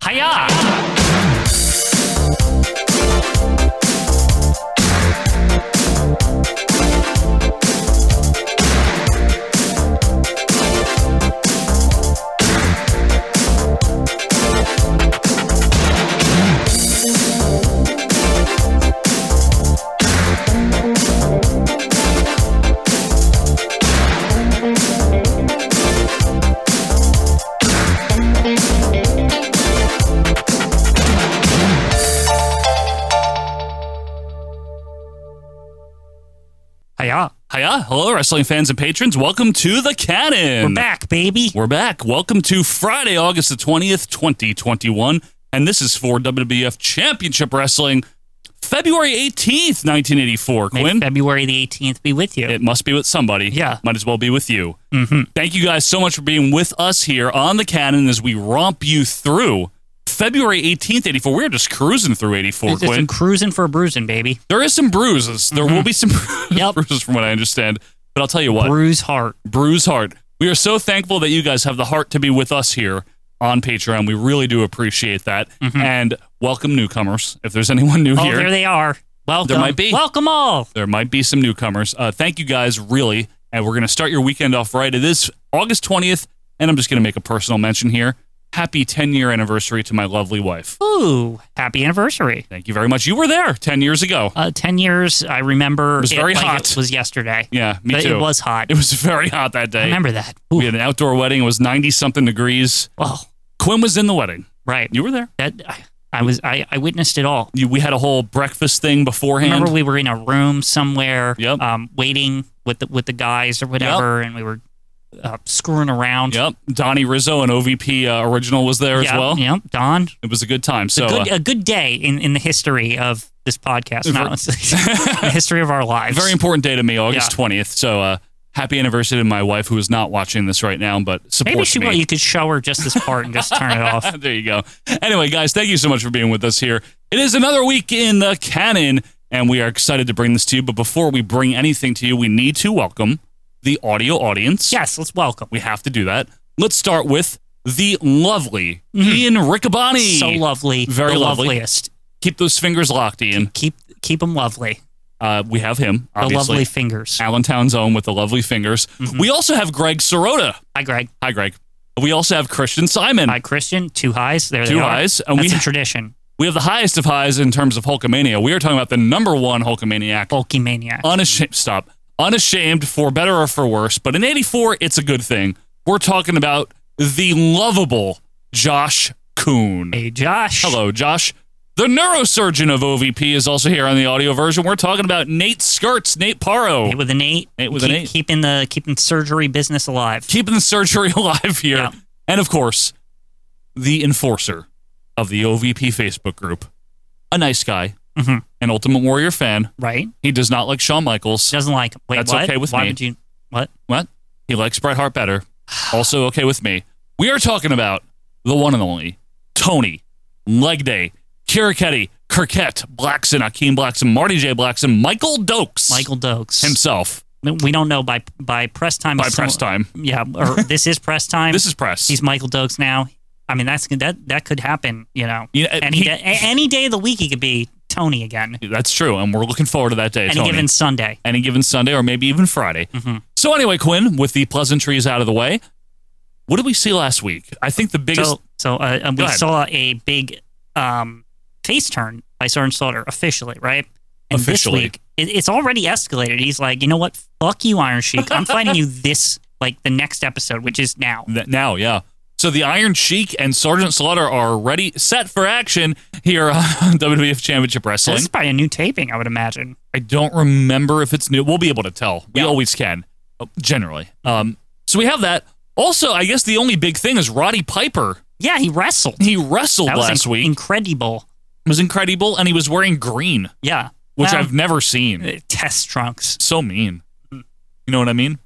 Hiya! Hiya. Hiya! Hello, wrestling fans and patrons. Welcome to the Cannon. We're back, baby. We're back. Welcome to Friday, August the 20th, 2021. And this is for WWF Championship Wrestling, February 18th, 1984. May Quinn, February the 18th be with you. it must be with somebody. Yeah. Mm-hmm. Might as well be with you. Thank you guys so much for being with us here on the Cannon as we romp you through February 18th, 84. We're just cruising through 84, it's just Quinn. a cruising for a bruising, baby. there is some bruises. There will be some Yep. bruises from what I understand. But I'll tell you what. Bruise heart. Bruise Heart. We are so thankful that you guys have the heart to be with us here on Patreon. We really do appreciate that. And welcome newcomers. If there's anyone new Mm-hmm. Oh, here, there they are. Welcome. might be. Welcome all. there might be some newcomers. Uh, thank you guys, really. And we're going to start your weekend off right. It is August 20th, and I'm just going to make a personal mention here. Happy 10 year anniversary to my lovely wife. Ooh, happy anniversary. Thank you very much. You were there 10 years ago. Uh, 10 years, I remember it was very like hot. It was yesterday. Yeah, me but too. It was hot. It was very hot that day. I remember that. we had an outdoor wedding. It was 90 something degrees. Oh, Quinn was in the wedding. right. You were there. That I, I was. I, I witnessed it all. you, we had a whole breakfast thing beforehand. Remember, we were in a room somewhere, Yep. um, waiting with the, with the guys or whatever, and we were uh, screwing around. yep, Donnie Rizzo and OVP uh, original was there Yep, as well. Yep. Don. It was a good time. So good, uh, a good day in, in the history of this podcast. Not the history of our lives. very important day to me, August Yeah. twentieth. So uh, happy anniversary to my wife who is not watching this right now, but supports Maybe she me. will. You could show her just this part and just turn it off. there you go. Anyway, guys, thank you so much for being with us here. It is another week in the canon, and we are excited to bring this to you. But before we bring anything to you, we need to welcome the audio audience. Yes, let's welcome. We have to do that. Let's start with the lovely Ian Riccaboni. Mm-hmm. So lovely. Very the lovely. loveliest. keep those fingers locked, Ian. Keep keep them lovely. Uh, we have him, The obviously. lovely Mm-hmm. fingers. Allentown's own with the lovely fingers. We also have Greg Sorota. Hi, Greg. Hi, Greg. We also have Christian Simon. Hi, Christian. Two highs. There Two they are. highs, and we- That's a tradition. We have the highest of highs in terms of Hulkamania. We are talking about the number one Hulkamaniac. Bulky maniac. Unashamed. Stop. Unashamed for better or for worse. But in 84, it's a good thing. We're talking about the lovable Josh Kuhn. hey, Josh. Hello, Josh. The neurosurgeon of OVP is also here on the audio version. We're talking about Nate Skirts, Nate Paro. Nate with an eight. Nate with keep, an eight. Keeping the keeping surgery business alive. keeping the surgery alive here. Yeah. And of course, the enforcer of the OVP Facebook group. A nice guy, Mhm. an Ultimate Warrior fan. Right. He does not like Shawn Michaels. Doesn't like him. Wait, That's what? okay with Why me. would you? What? What? He likes Bret Hart better. Also okay with me. We are talking about the one and only Tony, Leg Day, Kiriketti, Kirkette, Blackson, Akeem Blackson, Marty J. Blackson, Michael Dokes Michael Dokes. himself We don't know by by press time. by is press some- time. Yeah, or this is press time. This is press. He's Michael Dokes now. I mean, that's that that could happen. You know, You know, any he- day, a- any day of the week he could be Tony again. That's true, and we're looking forward to that day. Any Tony. given Sunday. Mm-hmm. any given Sunday or maybe even Friday. So anyway, Quinn, with the pleasantries out of the way, what did we see last week? I think the biggest So so uh, and Go we ahead. saw a big um, face turn by Sergeant Slaughter officially, right? And Officially. this week it, it's already escalated. He's like, you know what? Fuck you, Iron Sheik. I'm fighting you this like the next episode, which is now. th- now, yeah. So the Iron Sheik and Sergeant Slaughter are ready, set for action here on WWF Championship So Wrestling. this is probably a new taping, I would imagine. I don't remember if it's new. We'll be able to tell. We Yeah. always can, uh, generally. Um, so we have that. Also, I guess the only big thing is Roddy Piper. Yeah, he wrestled. He wrestled that was last in- week. Incredible. It was incredible, and he was wearing green, Yeah. which Well, I've never seen. uh, test trunks. So mean. You know what I mean?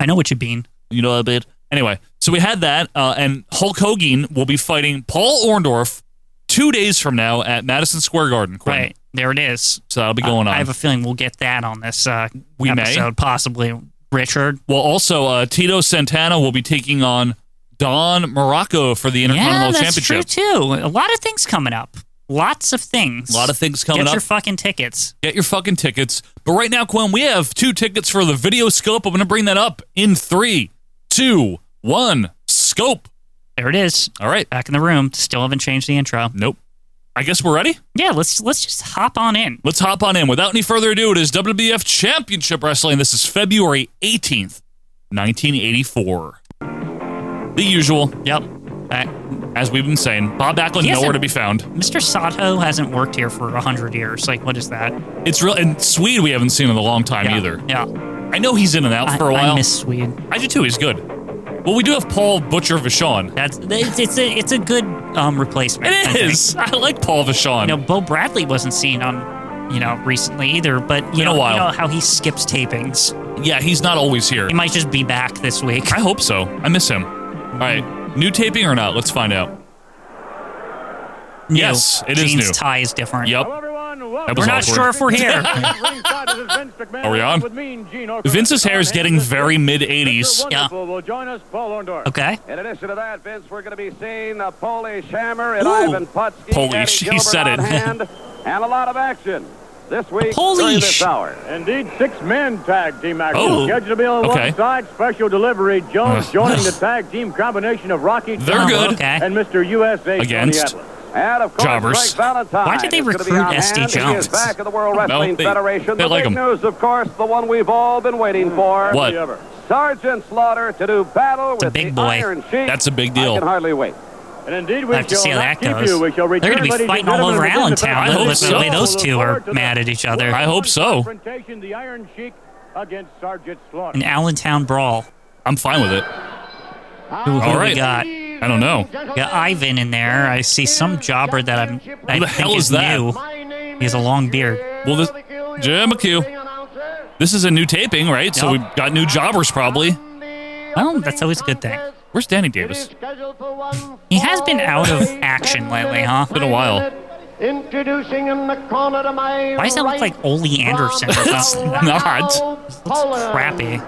I know what you mean. You know what I mean? Anyway, so we had that, uh, and Hulk Hogan will be fighting Paul Orndorff two days from now at Madison Square Garden. Quinn. Right. There it is. So that'll be going I- on. I have a feeling we'll get that on this uh, We may. episode, possibly. Richard. well, also, uh, Tito Santana will be taking on Don Morocco for the yeah, Intercontinental that's true Championship. too. A lot of things coming up. Lots of things. A lot of things coming Get up. your fucking tickets. Get your fucking tickets. But right now, Quinn, we have two tickets for the video scope. I'm going to bring that up in three, two, one. Scope. There it is. All right. Back in the room. Still haven't changed the intro. Nope. I guess we're ready. Yeah, let's let's just hop on in. Let's hop on in. Without any further ado, it is WWF Championship Wrestling. This is February 18th, 1984. The usual, Yep. Uh, as we've been saying. Bob Backlund, He hasn't- nowhere to be found. Mr. Sato hasn't worked here for a hundred years. Like, what is that? It's real. And Swede, we haven't seen in a long time yeah. either. Yeah. I know he's in and out I, for a I while. I, miss Swede. do too. He's good. Well, we do have Paul Butcher Vachon. That's it's it's a it's a good um replacement. I It think. is. I like Paul Vachon. You know, Bo Bradley wasn't seen on you know recently either. But you Been a know, while. you know how he skips tapings. yeah, he's not always here. He might just be back this week. I hope so. I miss him. All right. New taping or not? Let's find out. New. Yes, it is Gene's new. tie is different. Yep. Hello, everyone. That Welcome. We're was not awkward. sure if we're here. Ringside, this is Vince McMahon Are we on? with me and Gene Okerlund. Vince's hair is Tom getting Henderson, very mid Mr. 80s. Wonderful will join us, Paul Orndorff. okay. In addition to that, Vince, we're going to be seeing the Polish Hammer and Ooh. Ivan Putski. Polish, Eddie he Gilbert said on it. hand, and a lot of action this week during Polish. this hour. Indeed, six men tag team action. Oh. Judge to be on Okay. one side, special delivery. Jones Ugh. joining the tag team combination of Rocky They're Oh, Johnson good. Okay. and Mr. USA Against Tony Atlas. And of course, jobbers. Greg Valentine Why did they is gonna be recruit on SD hand. He is Jones? back at the World know. Wrestling They- Federation. they the like big him. Mm. news, of course, the one we've all been waiting for. What? Sergeant Slaughter to do battle a with big the boy. Iron Sheik. That's a big deal. I can hardly wait. And indeed, we I have to see how that goes. They're going going to to be fighting all over Allentown. I hope Look, the so. way those two are mad at each other. I hope so. The Iron Sheik against Sergeant Slaughter. An Allentown brawl. I'm fine with it. Who, who All right. we got? I don't know. Got Ivan in there. I see some jobber that I'm. I Who the think hell is that? new. He has a long beard. Well, this Jim McHugh. This is a new taping, right? So Yep. we've got new jobbers probably. Well, that's always a good thing. Where's Danny Davis? He has been out of action lately, huh? Been a while. Introducing in the corner to my Why does that look like Ole Anderson or It's something? not. Crappy.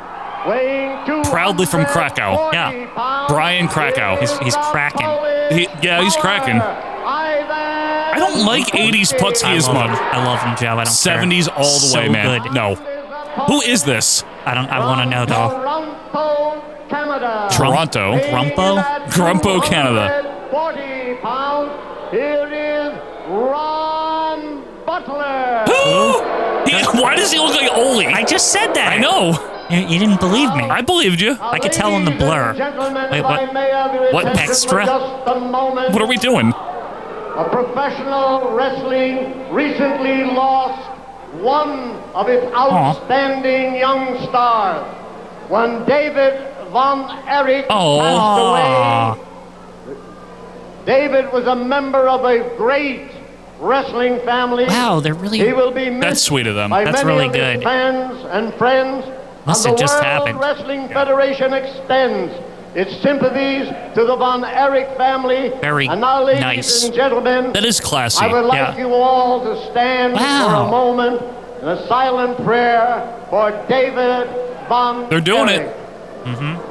Proudly from Krakow. Yeah. Brian Krakow. He's he's cracking. He, yeah, he's cracking. I I don't like 80s Putski I as love him. much. I love him, Joe. I don't care. 70s all the So way, man. Good. No. Who is this? I don't. I want to know though. Toronto, Canada. Toronto. Oh, Grumpo? Grumpo, Canada. 40 pounds. Here is Ron Butler. Who? He- why does he look like Oli? I just said that. I know. You, you didn't believe me. I believed you. I could tell in the blur. Wait, what? What extra? What are we doing? A professional wrestling recently lost one of its outstanding young stars when David Von Erich Oh. Aw. passed away. David was a member of a great wrestling family. Wow, they're really- He will be missed That's sweet of them. by That's many really of his good. Fans and friends. Must and have the just World happened. Wrestling Federation extends its sympathies to the Von Erich family. Very and now, ladies nice. and gentlemen, That is classy. I would like yeah. you all to stand for Wow. a moment in a silent prayer for David Von They're doing Erich. it.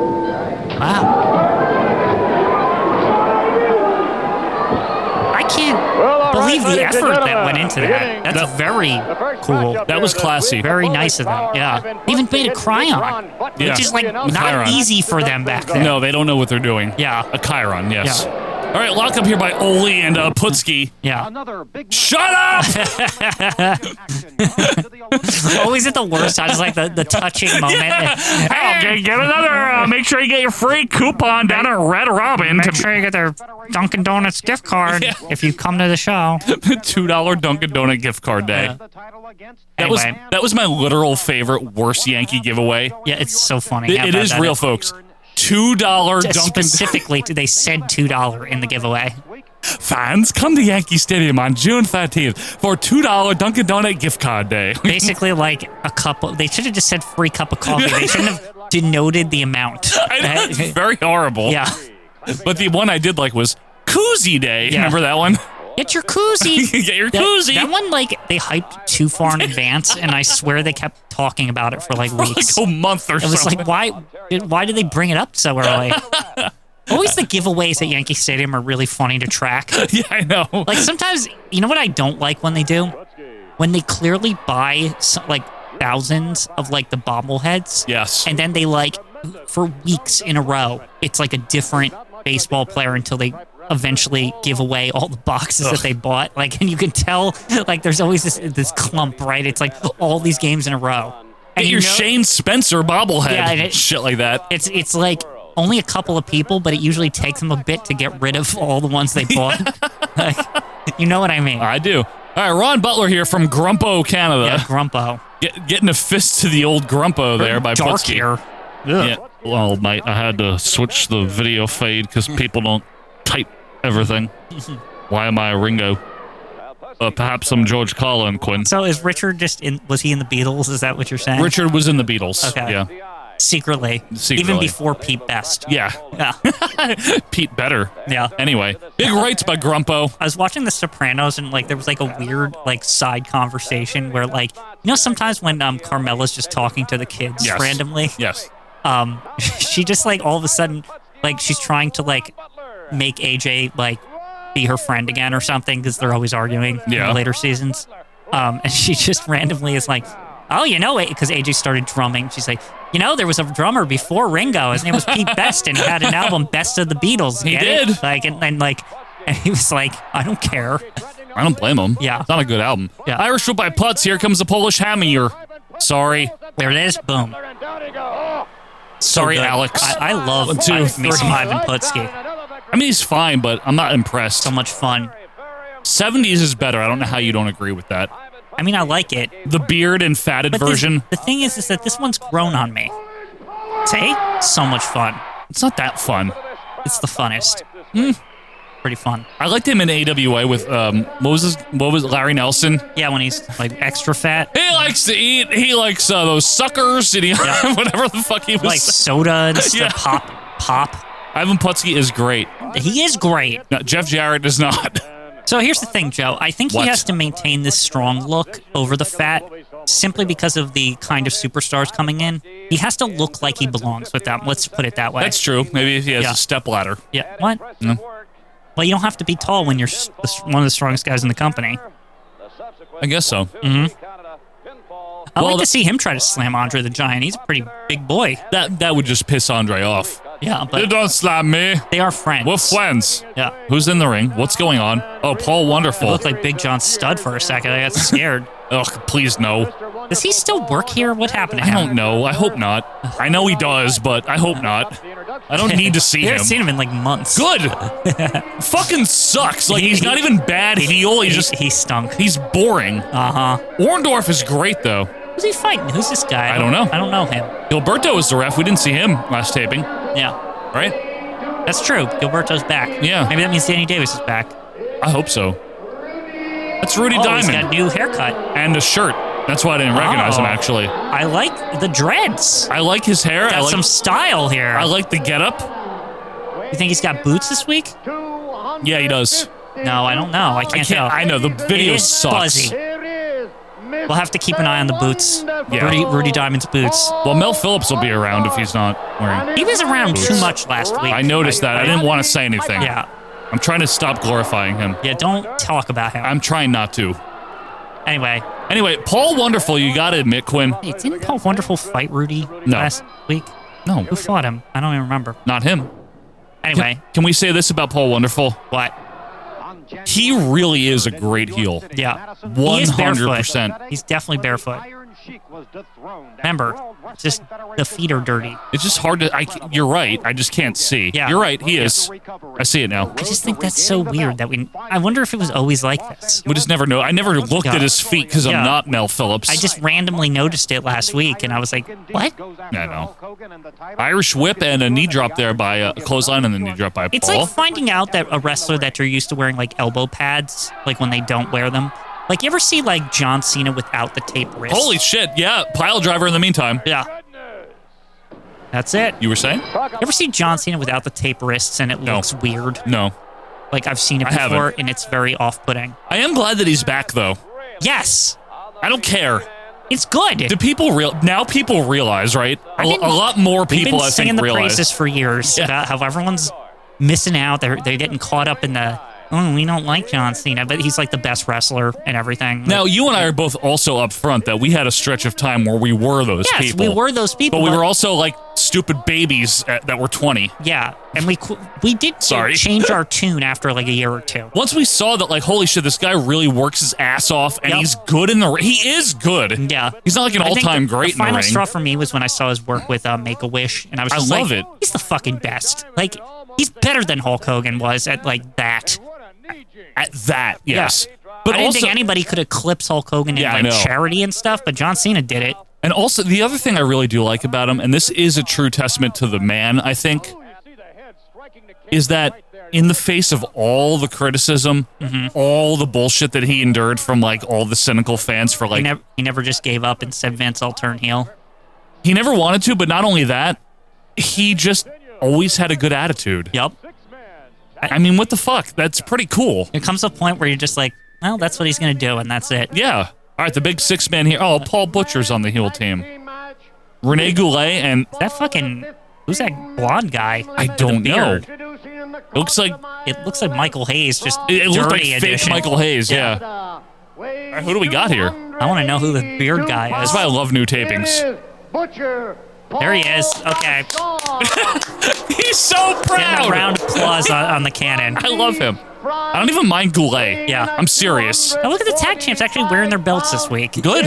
Wow. I can't Well, all believe right, the ladies and effort that gentlemen, went into beginning that. That's very the first cool. matchup That here was this classy. week. Very nice of them, yeah. They even made a Cryon, Yeah. Which is like Yeah. not Chiron. easy for them back then. No, they don't know what they're doing. Yeah. A Chiron, yes. Yeah. All right, lock up here by Oli and uh, Putski. Yeah. Another big Shut up! Always at the worst times, like the, the touching moment. Hey, get another. Uh, make sure you get your free coupon down at Red Robin. Make sure you get their Dunkin' Donuts gift card Yeah. if you come to the show. Two dollar Dunkin' Donut gift card day. Yeah. That was Anyway. that was my literal favorite worst Yankee giveaway. Yeah, it's so funny. It- how it bad is that real, folks. Two dollar Just Dunkin' Specifically, they said two dollar in the giveaway. fans come to Yankee Stadium on June thirteenth for two dollar Dunkin' Donut gift card day. Basically, like a couple. They should have just said free cup of coffee. They shouldn't have denoted the amount. I know, it's very horrible. yeah. But the one I did like was Koozie Day. Yeah. Remember that one? Get your koozie. Get your That, koozie. that one, like, they hyped too far in advance, and I swear they kept talking about it for like For like oh, weeks. a month or It was something. like, why? Why did they bring it up so early? Always the giveaways at Yankee Stadium are really funny to track. yeah, I know. Like sometimes, you know what I don't like when they do? When they clearly buy so, like thousands of like the bobbleheads. yes. And then they like for weeks in a row, it's like a different baseball player until they eventually give away all the boxes Ugh. that they bought. Like, and you can tell like there's always this this clump, right? It's like all these games in a row. Get And you your know- Shane Spencer bobblehead. Yeah, and it- Shit like that. It's it's like only a couple of people, but it usually takes them a bit to get rid of all the ones they bought. like, you know what I mean? I do. All right, Ron Butler here from Grumpo, yeah, Canada. Grumpo. Get, getting a fist to the old Grumpo there by dark Putski. here. Yeah. Well, mate, I had to switch the video feed because Hmm. people don't type everything. Why am I a Ringo? Uh, perhaps I'm George Carlin, Quinn. So is Richard just in? Was he in the Beatles? Is that what you're saying? Richard was in the Beatles. Okay. Yeah. secretly, Secretly. even before Pete Best. Yeah. Yeah. Pete Better. Yeah. Anyway, big rights by Grumpo. I was watching The Sopranos and like there was like a weird like side conversation where like you know sometimes when um Carmela's just talking to the kids Yes. randomly, Yes. um she just like all of a sudden like she's trying to like make AJ like be her friend again or something because they're always arguing in Yeah. the later seasons. Um, and she just randomly is like, "Oh, you know it," because AJ started drumming. She's like, "You know, there was a drummer before Ringo. His name was Pete Best, and he had an album, Best of the Beatles. He Get it?" did. Like, and, and like, and he was like, "I don't care." I don't blame him. Yeah. It's not a good album. Yeah. Irish Whip by Putz. Here comes the Polish Hammer. Sorry. There it is. Boom. Oh. So Sorry, good. Alex. I, I love One, two, I- me some three. Ivan Putski. I mean, he's fine, but I'm not impressed. So much fun. 70s is better. I don't know how you don't agree with that. I mean, I like it. The beard and fatted But this- version. the thing is, is that this one's grown on me. See, so much fun. it's not that fun. It's the funnest. Hmm. Pretty fun. I liked him in AWA with um, what was his, what was Larry Nelson. Yeah, when he's like extra fat, He likes to eat. He likes uh, those suckers and he, Yeah. whatever the fuck he was. like soda and stuff, Yeah. pop, pop. Ivan Putski is great. He is great. No, Jeff Jarrett is not. So here's the thing, Joe. I think What? he has to maintain this strong look over the fat simply because of the kind of superstars coming in. He has to look like he belongs with them. Let's put it that way. That's true. Maybe he has Yeah. a step ladder. Yeah. What? Well, you don't have to be tall when you're s- the s- one of the strongest guys in the company. I guess so. Mm. Mm-hmm. I'd Well, like the- to see him try to slam Andre the Giant. He's a pretty big boy. That that would just piss Andre off. Yeah, you but don't slap me. they are friends. We're friends. Yeah. Who's in the ring? What's going on? Oh, Paul Wonderful. Looked like Big John Stud for a second. I got scared. Ugh, please no. Does he still work here? What happened to I him? don't know. I hope not. I know he does, but I hope not. I don't need to see We him. haven't seen him in like months. Good. Fucking sucks. Like he's not even bad heel. He's He, just he stunk. he's boring. Uh huh. Orndorff is great though. Who's he fighting? Who's this guy? I don't know. I don't know him. Gilberto is the ref. We didn't see him last taping, Yeah, right? that's true. Gilberto's back. Yeah. Maybe that means Danny Davis is back. I hope so. That's Rudy oh, he's Diamond got a new haircut. and a shirt. That's why I didn't recognize him Oh. actually. I like the dreads. I like his hair. I Got like, some style here. I like the getup. you think he's got boots this week? Yeah, he does. No, I don't know. I can't, I tell. can't. I know the video is sucks. fuzzy. We'll we'll have to keep an eye on the boots. Yeah. Rudy, Rudy Diamond's boots. Well, Mel Phillips will be around if he's not wearing. He was around too much last week. I noticed that. I didn't want to say anything. Yeah. I'm trying to stop glorifying him. Yeah. Don't talk about him. Um, I'm trying not to. anyway, Anyway, Paul Wonderful, you gotta admit, Quinn. Hey, didn't Paul Wonderful fight Rudy No. last week? No, Who fought him? I don't even remember. not him. Anyway, Can we say this about Paul Wonderful? what? He really is a great heel. Yeah. He is barefoot. 100%. He's definitely barefoot. Remember, it's just the feet are dirty. It's just hard to. I, ca- you're right. I just can't see. Yeah. You're right. He is. I see it now. Oh, I just think that's so weird that we. I wonder if it was always like this. We just never know. I never looked Yeah. at his feet because I'm Yeah. not Mel Phillips. I just randomly noticed it last week, and I was like, "What?" I know. Irish whip and a knee drop there by uh, a clothesline and the knee drop by It's Paul. like finding out that a wrestler that you're used to wearing like elbow pads, like when they don't wear them. Like you ever see like John Cena without the tape wrist? Holy shit! Yeah, pile driver. In the meantime, yeah. That's it. You were saying? You ever see John Cena without the tape wrists and it No. looks weird? No. Like I've seen it I haven't. before and it's very off-putting. I am glad that he's back though. Yes, I don't care. it's good. Do people real now? People realize, right? A, I've been- a lot more We've people, been I singing think, the realize. praises for years about how everyone's missing out. They're they're getting caught up in the oh we don't like John Cena, but he's like the best wrestler and everything. Now, you and I are both also upfront that we had a stretch of time where we were those yes, people. we were those people, But we were also like stupid babies at, that were 20. yeah, and we qu- we did Sorry. change our tune after like a year or two. Once we saw that, like, holy shit, this guy really works his ass off and Yep. he's good in the ring. He is good. Yeah, He's not like an I all think time the- great The final in the ring. straw for me was when I saw his work with uh, Make a Wish, and I was I just love like, it. he's the fucking best. Like he's better than Hulk Hogan was at like that. at that, yes. But I But didn't also, think anybody could eclipse Hulk Hogan in Yeah, I like know. charity and stuff, but John Cena did it. and also, the other thing I really do like about him, and this is a true testament to the man, I think, is that in the face of all the criticism, Mm-hmm. all the bullshit that he endured from like all the cynical fans for he like never he never just gave up and said Vince, I'll turn heel. He never wanted to, but not only that, he just always had a good attitude. Yep. I mean, what the fuck? That's pretty cool. There comes a point where you're just like, well, that's what he's gonna do, and that's it. Yeah. All right, the big six man here. Oh, Paul Butcher's on the heel team. Rene Goulet and That fucking who's that blonde guy? I don't know. beard. It looks like It looks like Michael Hayes, just it, it looked like dirty fake edition. Michael Hayes. Yeah. Alright, who do we got here? I want to know who the beard guy is. That's why I love new tapings. Butcher. There he is. Okay. He's so Getting a proud. round of applause on, on the cannon. I love him. I don't even mind Goulet. Yeah. I'm serious. Now look at the tag champs actually wearing their belts this week. Good.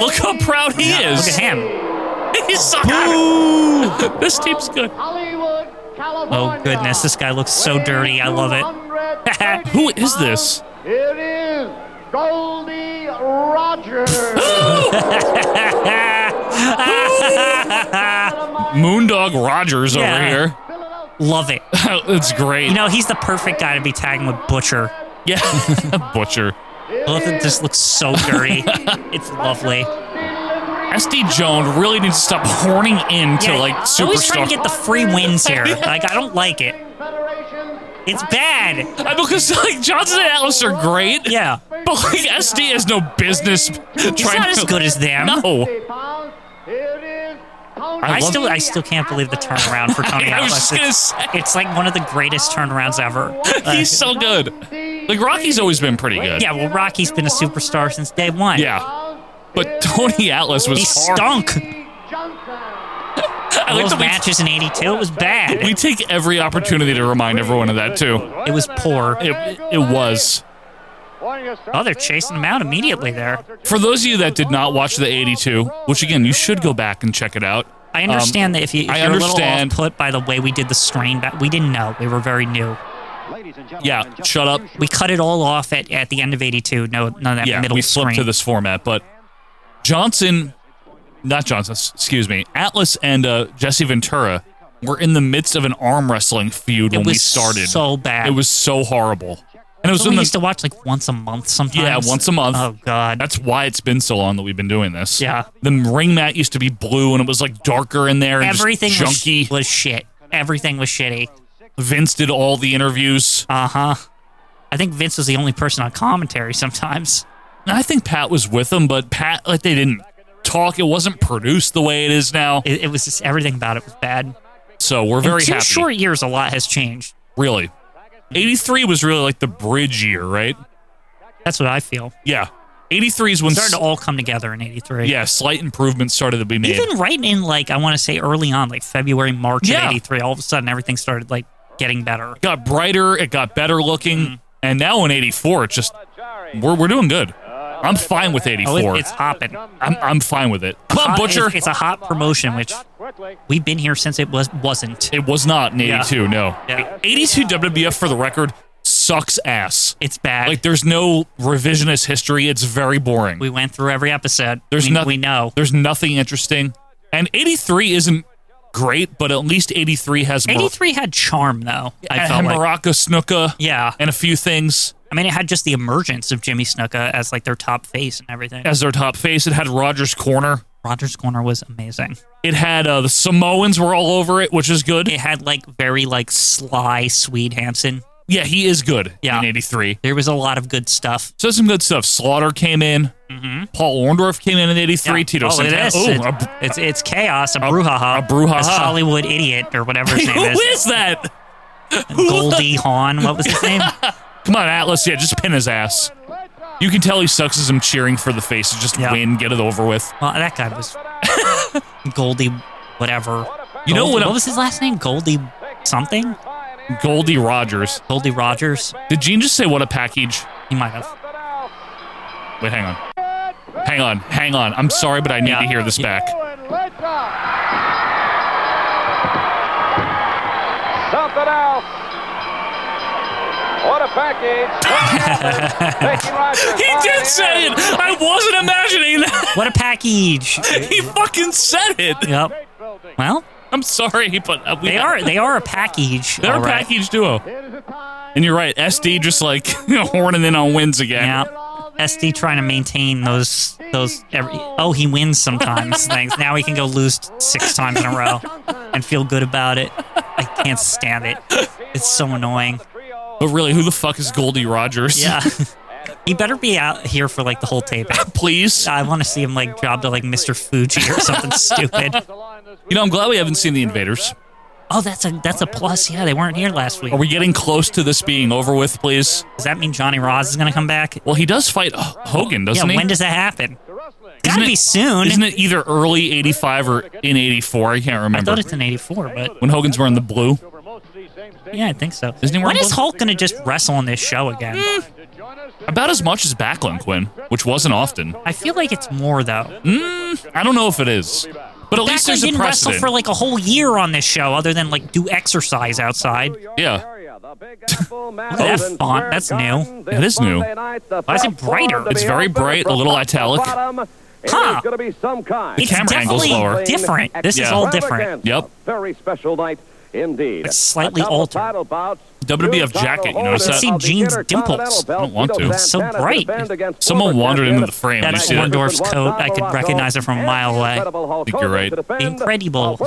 Look how proud he Yeah, is. Look at him. He's so good. this team's good. Hollywood, California. Oh goodness, this guy looks so dirty. I love it. it. Who is this? It is Goldie Rogers. Moondog Rogers Yeah. over here. Love it. That's great. You know, he's the perfect guy to be tagging with Butcher. yeah, Butcher. Both of this looks so dirty. it's lovely. SD Jones really needs to stop horning into Yeah, like I always superstar. trying to get the free wins here. Like I don't like it. It's bad. Uh, because like Johnson and Alice are great. Yeah. But like SD has no business trying He's not to. as good as them. Oh, no. I, I love- still I still can't believe the turnaround for Tony I was Atlas. just gonna It's, say it's like one of the greatest turnarounds ever. he's Uh, so good. Like Rocky's always been pretty good. yeah, well Rocky's been a superstar since day one. Yeah. But Tony Atlas was He hard. stunk. I like Those that we- matches in '82 it was bad. we take every opportunity to remind everyone of that too. it was poor. It, it was. Oh, they're chasing him out immediately there. For those of you that did not watch the 82, which again, you should go back and check it out. I understand that if, you, if Um, I you're a little understand. off put by the way we did the screen, but we didn't know. We were very new. Yeah, shut up. We cut it all off at, at the end of 82. No, none of that Yeah, middle we screen. flipped to this format, but Johnson, not Johnson, s- excuse me, Atlas and uh, Jesse Ventura were in the midst of an arm wrestling feud It when we was started. so bad. It was so horrible. And it was in Something we the, used to watch like once a month sometimes. Yeah, once a month. Oh, God. that's why it's been so long that we've been doing this. Yeah. The ring mat used to be blue and it was like darker in there and just Everything was, junky. was shit. Everything was shitty. Vince did all the interviews. Uh huh. I think Vince was the only person on commentary sometimes. I think Pat was with him, but Pat like they didn't talk. It wasn't produced the way it is now. It, it was just everything about it was bad. So we're very In two happy. short years, a lot has changed. Really, eighty three was really like the bridge year, right? That's what I feel. Yeah, eighty three is when It started s- to all come together in 83. yeah slight improvements started to be made. Even right in like I want to say early on, like February, March Yeah. Uh, of '83, all of a sudden everything started like getting better. it got brighter, it got better looking, Mm-hmm. and now in eighty four, it's just we're we're doing good. I'm fine with eighty Oh, it- four. it's hopping. I'm I'm fine with it. Come on, Hot- Butcher. Uh, It's, it's a hot promotion, which we've been here since it was wasn't. it was not in Yeah. eighty two. No, Yeah. eighty two WWF for the record sucks ass. It's bad. Like there's no revisionist history. It's very boring. we went through every episode. There's we, nothing. we know. There's nothing interesting. And 83 isn't great, but at least 83 has Mar- '83 had charm though. I it had felt like. Maraca Snuka Yeah, and a few things I mean, it had just the emergence of Jimmy Snuka as like their top face and everything. as their top face. It had Rogers Corner. Rogers Corner was amazing. It had uh, the Samoans were all over it, which is good. It had like very like sly Swede Hansen. Yeah, he is good. Yeah. in '83. There was a lot of good stuff. So some good stuff. Slaughter came in. Paul Orndorff came in in '83. Mm-hmm. Yeah. Tito oh, it Santana. is. Ooh, It- a b- it's it's chaos, a brouhaha, a brouhaha. this Hollywood idiot or whatever his Uh-huh. Who name is. is that? Goldie Hawn. What was his name? Come on, Atlas. Yeah, just pin his ass. You can tell he sucks as I'm cheering for the face to just Yeah. win, get it over with. Well, that guy was Goldie, whatever. You know Goldie- what What I'm- was his last name? Goldie something. Goldie Rogers. Goldie Rogers. Did Gene just say what a package? He might have. Wait, hang on. Hang on, hang on. I'm sorry, but I need Yeah. to hear this back. Something else. What a package. He did say it! I wasn't imagining that! What a package. He fucking said it! yep. Well, I'm sorry, but uh, we they are they are a package. they're all a right. package duo. And you're right, SD just like horning in on wins again. Yeah. SD trying to maintain those those every. Oh, he wins sometimes. things. Now he can go lose six times in a row and feel good about it. I can't stand it. It's so annoying. But really, who the fuck is Goldie Rogers? Yeah. He better be out here for like the whole tape. Please. I want to see him like job to like Mr. Fuji or something stupid. You know, I'm glad we haven't seen the invaders. Oh, that's a that's a plus. Yeah, they weren't here last week. Are we getting close to this being over with, please? Does that mean Johnny Ross is gonna come back? Well, he does fight H- Hogan, doesn't yeah. he? When does that happen? Gotta it- be soon. Isn't it either early 85 or in 84? I can't I remember. thought it's in '84, but when Hogan's wearing the blue. yeah, I think so. Isn't he Mm. When wearing is blue? Hulk gonna just wrestle on this show again? About as much as Backlund, Quinn, which wasn't often. I feel like it's more though. Mm, I don't know if it is. But at least Backlund there's a didn't wrestle precedent. for like a whole year on this show, other than like do exercise outside. Yeah. that font, that's new. That is new. Why is it brighter? It's very bright, a little italic. Huh. Huh. It's going to be some kind. It's camera angle's definitely lower. different. This is Yeah. all different. Yep. Very special night indeed. It's slightly A couple altered. title bouts. WWF jacket, you notice Title that? I can see Gene's holder of the dimples. Intercontinental I belt, don't want Tito to. It's so Santana bright. defend against Someone former wandered into champion the frame. That You see that? Orndorff's coat, I could recognize it from a mile away. I think you're right. Incredible. Oh,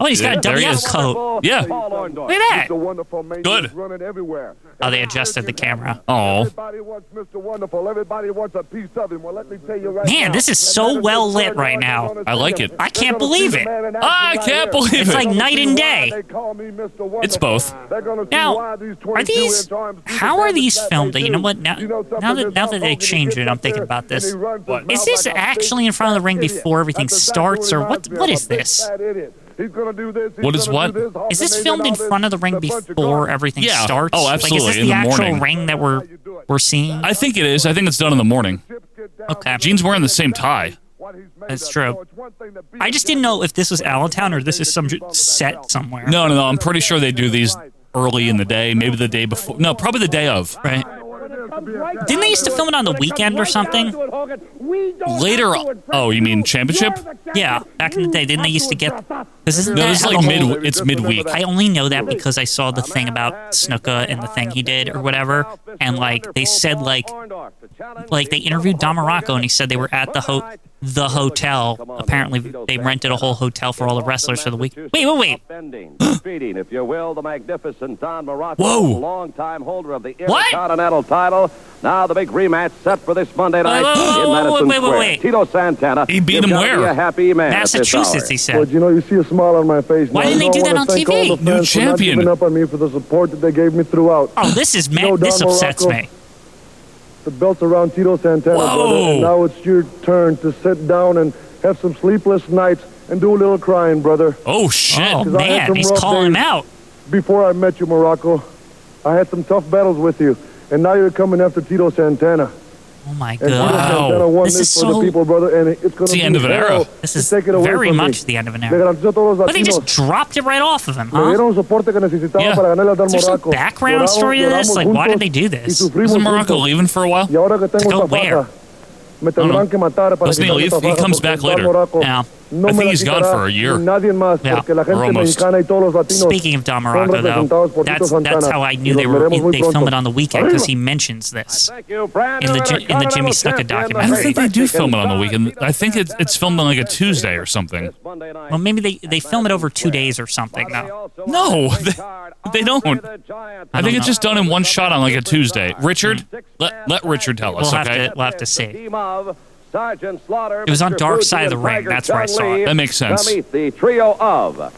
Oh, he's got a There he WF is. coat. Yeah. Look at that. Mr. Wonderful Mania Good. is running everywhere. Oh, they adjusted the camera. Oh. Everybody wants Mr. Wonderful. Everybody wants a piece of him. Well, let me tell you right Man, now, this is so that man well the lit third right one now. gonna I see like him. it. I They're can't gonna see believe the it. man in action I right can't here. believe It's it. like They're gonna night see and why day. they call me Mr. It's Wonderful. both. They're gonna see Now, why these are these 22 arms do the how are damage these that filmed? they You know do. what? Now- You know something, now that- this now that they Hulk Hogan, he changed it, gets I'm up thinking there about this. and he runs his What? mouth Is this like a big actually in front of the ring idiot. before everything That's exactly starts, or he what- reminds what me of, is a big this? fat idiot. He's gonna do this, he's What is gonna do what? this, Is this Hulkamania, filmed in all this, front of the ring a bunch of before garbage. everything Yeah. starts? Oh, Like, is absolutely, this in the, the actual morning. ring that we're we're seeing? I think it is. I think it's done in the morning. Okay. Gene's wearing the same tie. That's true. I just didn't know if this was Allentown or this is some j- set somewhere. No, no, no. I'm pretty sure they do these early in the day, maybe the day before. No, probably the day of. Right. Didn't they used to film it on the weekend or something? Later. Oh, you mean championship? Yeah, back in the day, didn't they used to get? Because isn't No, that this is how like the whole- mid. It's midweek. I only know that because I saw the thing about Snuka and the thing he did or whatever, and like they said like like they interviewed Damarocco and he said they were at the ho- the hotel. Apparently, they rented a whole hotel for all the wrestlers for the week. Wait, wait, wait. wait. Speeding, if you will, the magnificent Don Morocco, Whoa. longtime holder of the What? Intercontinental title. Now the big rematch set for this Monday night whoa, whoa, in whoa, Madison wait, wait, Square. wait. Tito Santana. He beat You've him gotta where? Be a happy man at this Massachusetts, hour. he But said. you know, you see a smile on my face. Why now. didn't they I do that wanna on thank all TV? the New fans for not champion. giving up on me for the support that they gave me throughout. Oh, this is You know, mad. This Don upsets Morocco, me. The belt's around Tito Santana, Whoa. brother, and now it's your turn to sit down and have some sleepless nights and do a little crying, brother. Oh shit. Oh Because I had man, some he's rough calling him days. out. Before I met you, Morocco, I had some tough battles with you, and now you're coming after Tito Santana. Oh my And Tito Wow. god. Santana won This this, is for so- the people, brother, and it's going the to be end of an hell era. This to is take it away very from much me. the end of an De era. grandioso todos los But they just latinos. dropped it right off of him, Le huh? dieron el soporte que necesitaba Yeah. para ganar a Don Is there some Morocco. background Lloramos- story to this? lloramos Like, why did juntos they do y do this? sufrimos Wasn't Morocco juntos. leaving for a while? Y ahora que tengo To go esta where? faja, me I don't know. tendrán que matar para Doesn't he quitarme leave? esta He faja comes porque back Don later. Morocco Yeah. No I think me la he's gone quitará for a year. Nadie más, Yeah, porque la or gente almost. mexicana y todos los latinos Speaking of son Don Morocco, representados por though, Tito that's that's Santana, how I y knew los they were veremos muy they pronto. film it on the weekend because Arriba. he mentions this. Thank you, Brad. In the Miller, Ji- in the Jimmy Continental Snuka champion, the I don't think they do Mexican film it on the star, weekend. Tito I think it's, it's filmed on like a Santana. Tuesday or something. This Monday night. Well, maybe they, they film it over two days or something. Now, No, they- they don't. I think it's just done in one shot on like a Tuesday. Richard, let, let Richard tell us, We'll have okay? to- we'll have to see. It was was on Dark Side of the Ring, that's where I saw it. That makes sense. Meet the trio of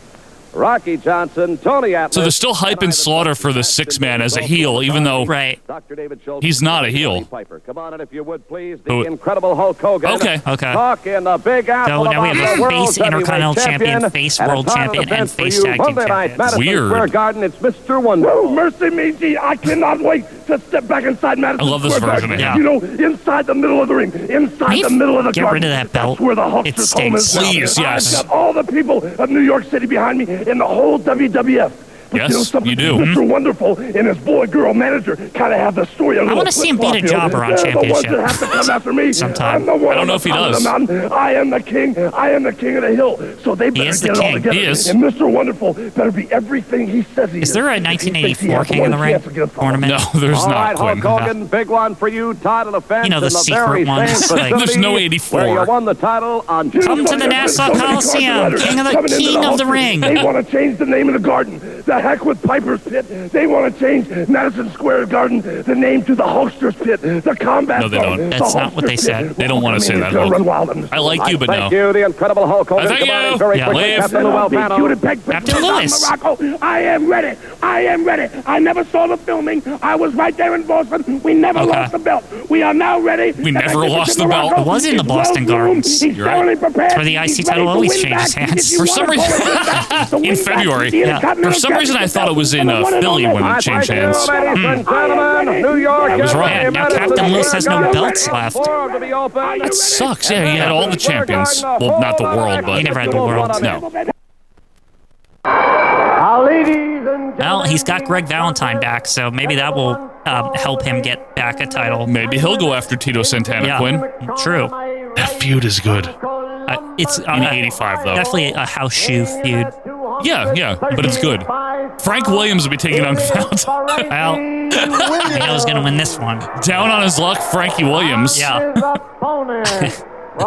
Rocky Johnson, Tony Atlas. So they're still hyping Slaughter for the six man as a heel, even though right? Dr. David Schultz, He's not a Roddy heel. Piper. Come on in if you would, please. The Who- incredible Hulk Hogan. Okay. Okay. Talk in the big apple. now we about have the a world face heavyweight Intercontinental champion, face and a world title champion, and defense for face you tag team Monday night, champions. Madison Weird. Square Garden. It's Mr. Wonderful. mercy me, gee, I cannot wait to step back inside Madison I love this Square version Garden. of him. You know, inside the middle of the ring, inside Can you the middle of the get garden. rid of that belt? That's where the It Hulkster's home is stinks. now. Please, yes. I've got all the people of New York City behind me and the whole WWF. But Yes, you, know something? you do. Hmm? Mr. Wonderful and his boy-girl manager kind of have the story. I wanna see him beat a jobber on The ones Championship. that have to come after me. Sometime. I'm the one I don't on know the if he top of the does. mountain. I am the king. I am the king of the hill. So they better is get the it all king. He together. is. And Mr. Wonderful better be everything he says he is. Is there a If he thinks he 1984 has King in the one Ring chance against Hulk tournament? no, there's All right, not Hulk Quinn. Hogan, big one for you. Title defense. You know, the in the secret very same ones, like- facility There's no where 84. you won the title on Come to Tuesday. the Nassau Coliseum, king of the king of the ring. They want to change the name of the garden. The heck with Piper's Pit. They want to change Madison Square Garden, the name to the Hulkster's Pit, the combat. No, they Zone, don't. the That's not what Hulkster's they said. Pit. They don't wanna I say mean, that, it's gonna Hulk. run wild on this I like you, but Thank no. you, the incredible Hulk Hogan. I thank Come on in you. very Yeah, quickly, Liv. Captain Lou Albano. Captain Lewis. Morocco. I am ready. I am ready. I never saw the filming. I was right there in Boston. We never Okay. lost the belt. We are now ready. We And I never give it to lost the Morocco. belt. It was in the He's Boston well-groomed. Gardens. He's You're right. thoroughly prepared. That's where the He's IC ready E title to always win changes back. hands. If For you some want to reason- call it back, to In win back February. the Yeah. Intercontinental For some reason, I Championship thought it was belt. in, The uh, one and Philly only. when it I changed thank you, hands. ladies Hmm. and gentlemen. New York I was is wrong. ready. Now Madison Captain Lewis Square has no Garden. belts left. Forum to be open. That Are you ready? Sucks. Yeah, he had all the champions. Well, not the world, but He never had the world. No. Now, ladies and Well, he's got Greg Valentine back, so maybe that will um, help him get back a title. Maybe he'll go after Tito Santana, Yeah. Quinn. True. That feud is good. Uh, it's uh, In 85, though. Definitely a house shoe feud. Yeah, yeah, but it's good. Frank Williams will be taking on Valentine. Well, Mino's going to win this one. Down on his luck, Frankie Williams. Yeah.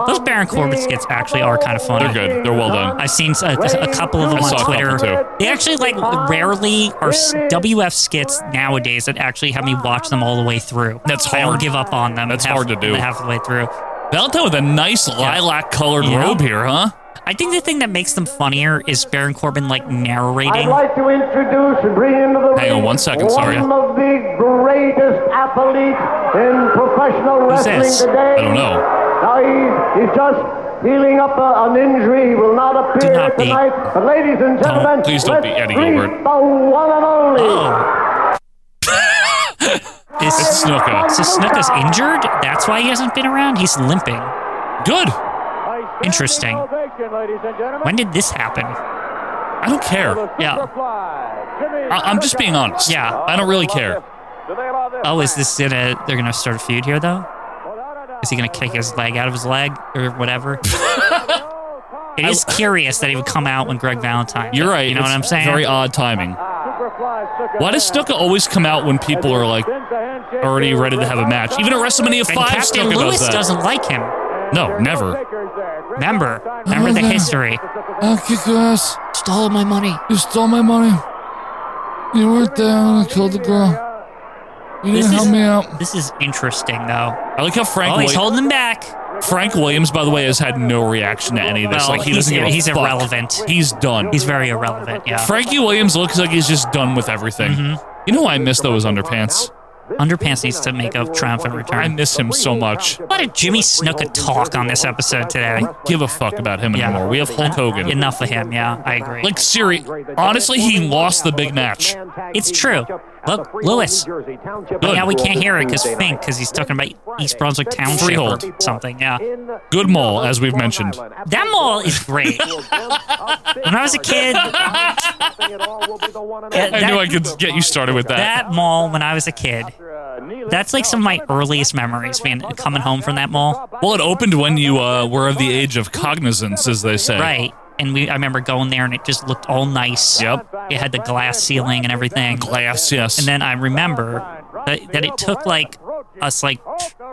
Those Baron Corbets gets actually are kind of funny. They're good. They're well done. I've seen a, a couple of them I saw a on Twitter. couple, too. They actually like rarely are s- WF skits nowadays that actually have me watch them all the way through. That's I hard. don't give up on them. That's half- hard to do. halfway through. Valentine with a nice lilac colored Yeah. robe here, huh? I think the thing that makes them funnier is Baron Corbin like I'd narrating. like to introduce and bring into the Hang on ring one second, sorry. One of the greatest athletes in professional Who's wrestling this? today. I don't know. Now he, he's just healing up a, an injury. He will not appear not be. tonight. But ladies and gentlemen, please don't let's be Eddie greet Gilbert. The one and only. Oh. is It's Snuka. So Snuka's injured? That's why he hasn't been around? He's limping. Good. Interesting. When did this happen? I don't care. Yeah. I- I'm just being honest. Yeah. I don't really care. Oh, is this gonna? They're gonna start a feud here, though. Is he gonna kick his leg out of his leg or whatever? it is curious that he would come out when Greg Valentine. You're right. You know what it's I'm saying? Very odd timing. Why does Snuka always come out when people are like already ready to have a match? Even at WrestleMania and five, Captain Snuka Lewis does that. doesn't like him. No, never. Remember, remember the yeah. history. I kick your ass. Stole my money. You stole my money. You weren't there when I killed the girl. You This is, this is interesting, though. I like how Frank. Oh, Wi- he's holding him back. Frank Williams, by the way, has had no reaction to any of this. Well, like he he's- doesn't give a he's fuck. irrelevant. He's done. He's very irrelevant. Yeah. Mm-hmm. Frankie Williams looks like he's just done with everything. You know why I miss though his underpants. Underpants needs to make a triumphant I return. miss him so much. What did Jimmy Snuka talk on this episode today? Give a fuck about him Yeah. anymore. We have Hulk Hogan. Enough of him. Yeah, I agree. Like Siri, honestly, he lost the big match. It's true. Look, Lewis. But Good. now we can't hear it because Fink, because he's talking about East Brunswick Township Freehold. or something. Yeah, Good mall, as we've mentioned. that mall is great. when I was a kid, that, I that- knew I could get you started with that. that mall when I was a kid that's like some of my earliest memories, man. Coming home from that mall, Well, it opened when you uh, were of the age of cognizance, as they say. right? And we, I remember going there, and it just looked all nice. Yep. It had the glass ceiling and everything. Glass, yes. And then I remember that, that it took like us like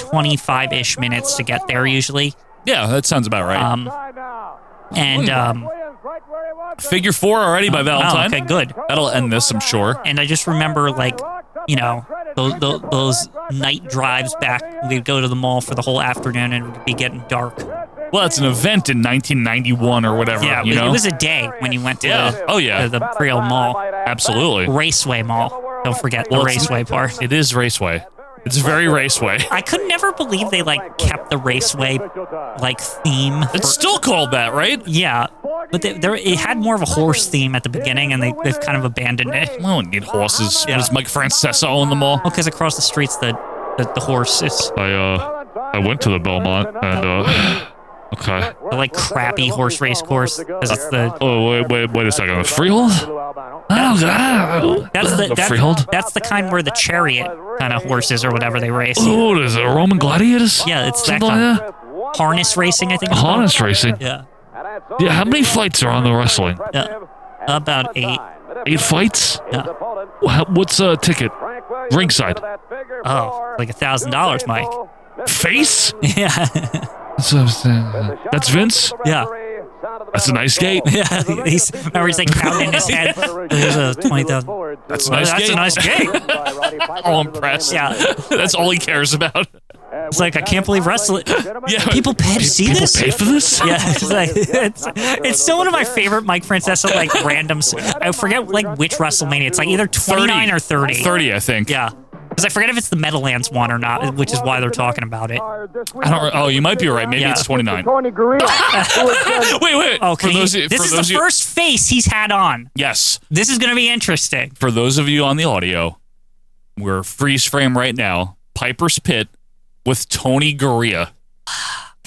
25 ish minutes to get there usually. yeah, that sounds about right. Um, Hmm. and um, Figure four already by Valentine. oh, okay, good. That'll end this, I'm sure. and I just remember like, you know, those, those, those night drives back. We'd go to the mall for the whole afternoon and it would be getting dark. Well, it's an event in 1991 or whatever. Yeah, you it know? was a day when you went to Yeah. the, Oh, yeah. to the Creole Mall, absolutely. Raceway Mall. Don't forget the Well, it's- Raceway part. It is raceway. It's very raceway. I could never believe they like kept the Raceway like theme. It's for- still called that, right? Yeah, but they, there it had more of a horse theme at the beginning, and they they've kind of abandoned it. We don't need horses. Was Mike Francesa in the mall? Well, because across the streets, the the, the horse is I uh, I went to the Belmont and uh, okay. the, like crappy horse race course. 'cause it's the Oh wait, wait, wait a second. The freehold? Oh God! that's the, that's, freehold. that's the kind where the chariot kind of horses or whatever they race. Oh, what is it? Roman gladiators? Yeah, it's that Something like kind. Harness racing, I think. it's called. Harness racing. Yeah, Yeah. How many fights are on the wrestling? yeah. About eight. Eight fights? Yeah. Wha- What's a ticket? Ringside. Oh, like a thousand dollars, Mike. Face? Yeah, That's, what I'm saying. That's Vince. yeah. That's a nice gate. Yeah, he's, remember he's like counting in his head. There's a twenty thousand. That's a nice Oh, That's gate. a nice gate. All impressed. Yeah. That's all he cares about. It's like I can't believe wrestling. Yeah. People pay to see People this. pay for this? Yeah, it's, like, it's, it's still one of my favorite Mike Francesa like random. s- I forget like which WrestleMania. It's like either 29 or 30. 30, I think. Yeah, because I forget if it's the Meadowlands one or not, uh, which is why they're talking about it. I don't. re- Oh, you might be right. Maybe Yeah. it's 29. Tony Gurria. wait, wait. Okay, for those, of- this for those is the of you- first face he's had on. Yes. This is gonna be interesting. For those of you on the audio, we're freeze frame right now. Piper's Pit with Tony Gurria.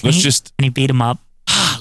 Let's he- just And he beat him up.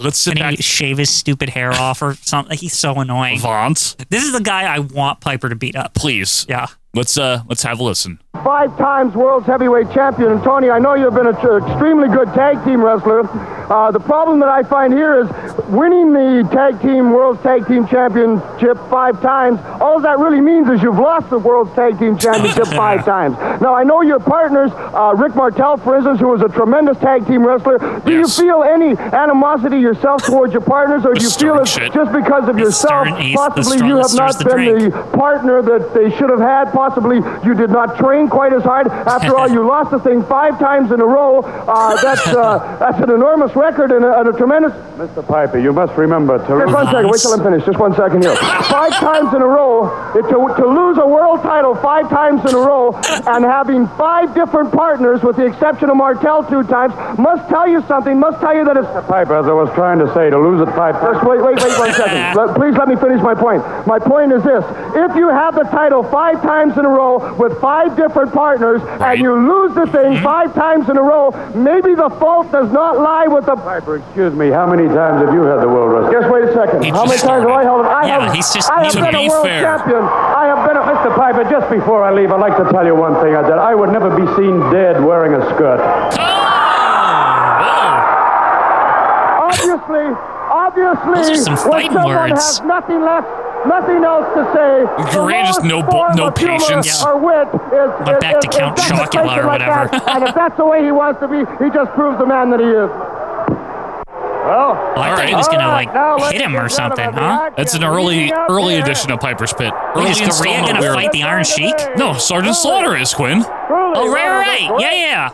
let's sit And back. he shave his stupid hair off or something. He's so annoying. Vance, This is the guy I want Piper to beat up. please. Yeah. Let's uh let's have a listen. Five times world's heavyweight champion. And Tony, I know you've been an extremely good tag team wrestler. Uh, the problem that I find here is winning the tag team world's tag team championship five times. All that really means is you've lost the world's tag team championship five times. Now I know your partners, uh, Rick Martel, for instance, who was a tremendous tag team wrestler. Do Yes. you feel any animosity yourself towards your partners, or do you feel Stern it's shit. just because of yourself? Stern ace, the Possibly you strongest have not stirs the been drink. the partner that they should have had. Possibly you did not train quite as hard. After all, you lost the thing five times in a row. Uh, that's uh, that's an enormous record and a, and a tremendous. Mr. Piper, you must remember to. Just one second. Wait till I'm finished. Just one second here. Five times in a row. it- to, to lose a world title five times in a row and having five different partners, with the exception of Martel two times, must tell you something. Must tell you that it's Piper, as I was trying to say, to lose it by Just wait, wait, wait one second. Let- please let me finish my point. My point is this: if you have the title five times in a row with five different partners, and you lose the thing Mm-hmm. five times in a row, maybe the fault does not lie with the. Piper, excuse me. How many times have you had the world wrestling? Just wait a second. He How many just times have I held started. it? I Yeah, have, he's just- I have to been a be world fair. champion. I have been a. Mr. Piper, just before I leave, I'd like to tell you one thing. I did. I would never be seen dead wearing a skirt. Oh, Obviously, Those obviously, are some when fighting someone words. has nothing left, nothing else to say, the Great, just lowest no bu- form no of humor patience. Or wit is, Went is- back is- to Count is Chocula justification or like that. whatever. and if that's the way he wants to be, he just proves the man that he is. Well, I All thought right. he was gonna All like right, now let's hit him get or down something, to the huh? action. that's an early Leading up early here. edition of Piper's Pit. Early Wait, is Korea installment gonna we were- fight the Iron Sheik? No, Sergeant Slaughter is Quinn. Truly Oh, one of right, the right, great yeah, yeah.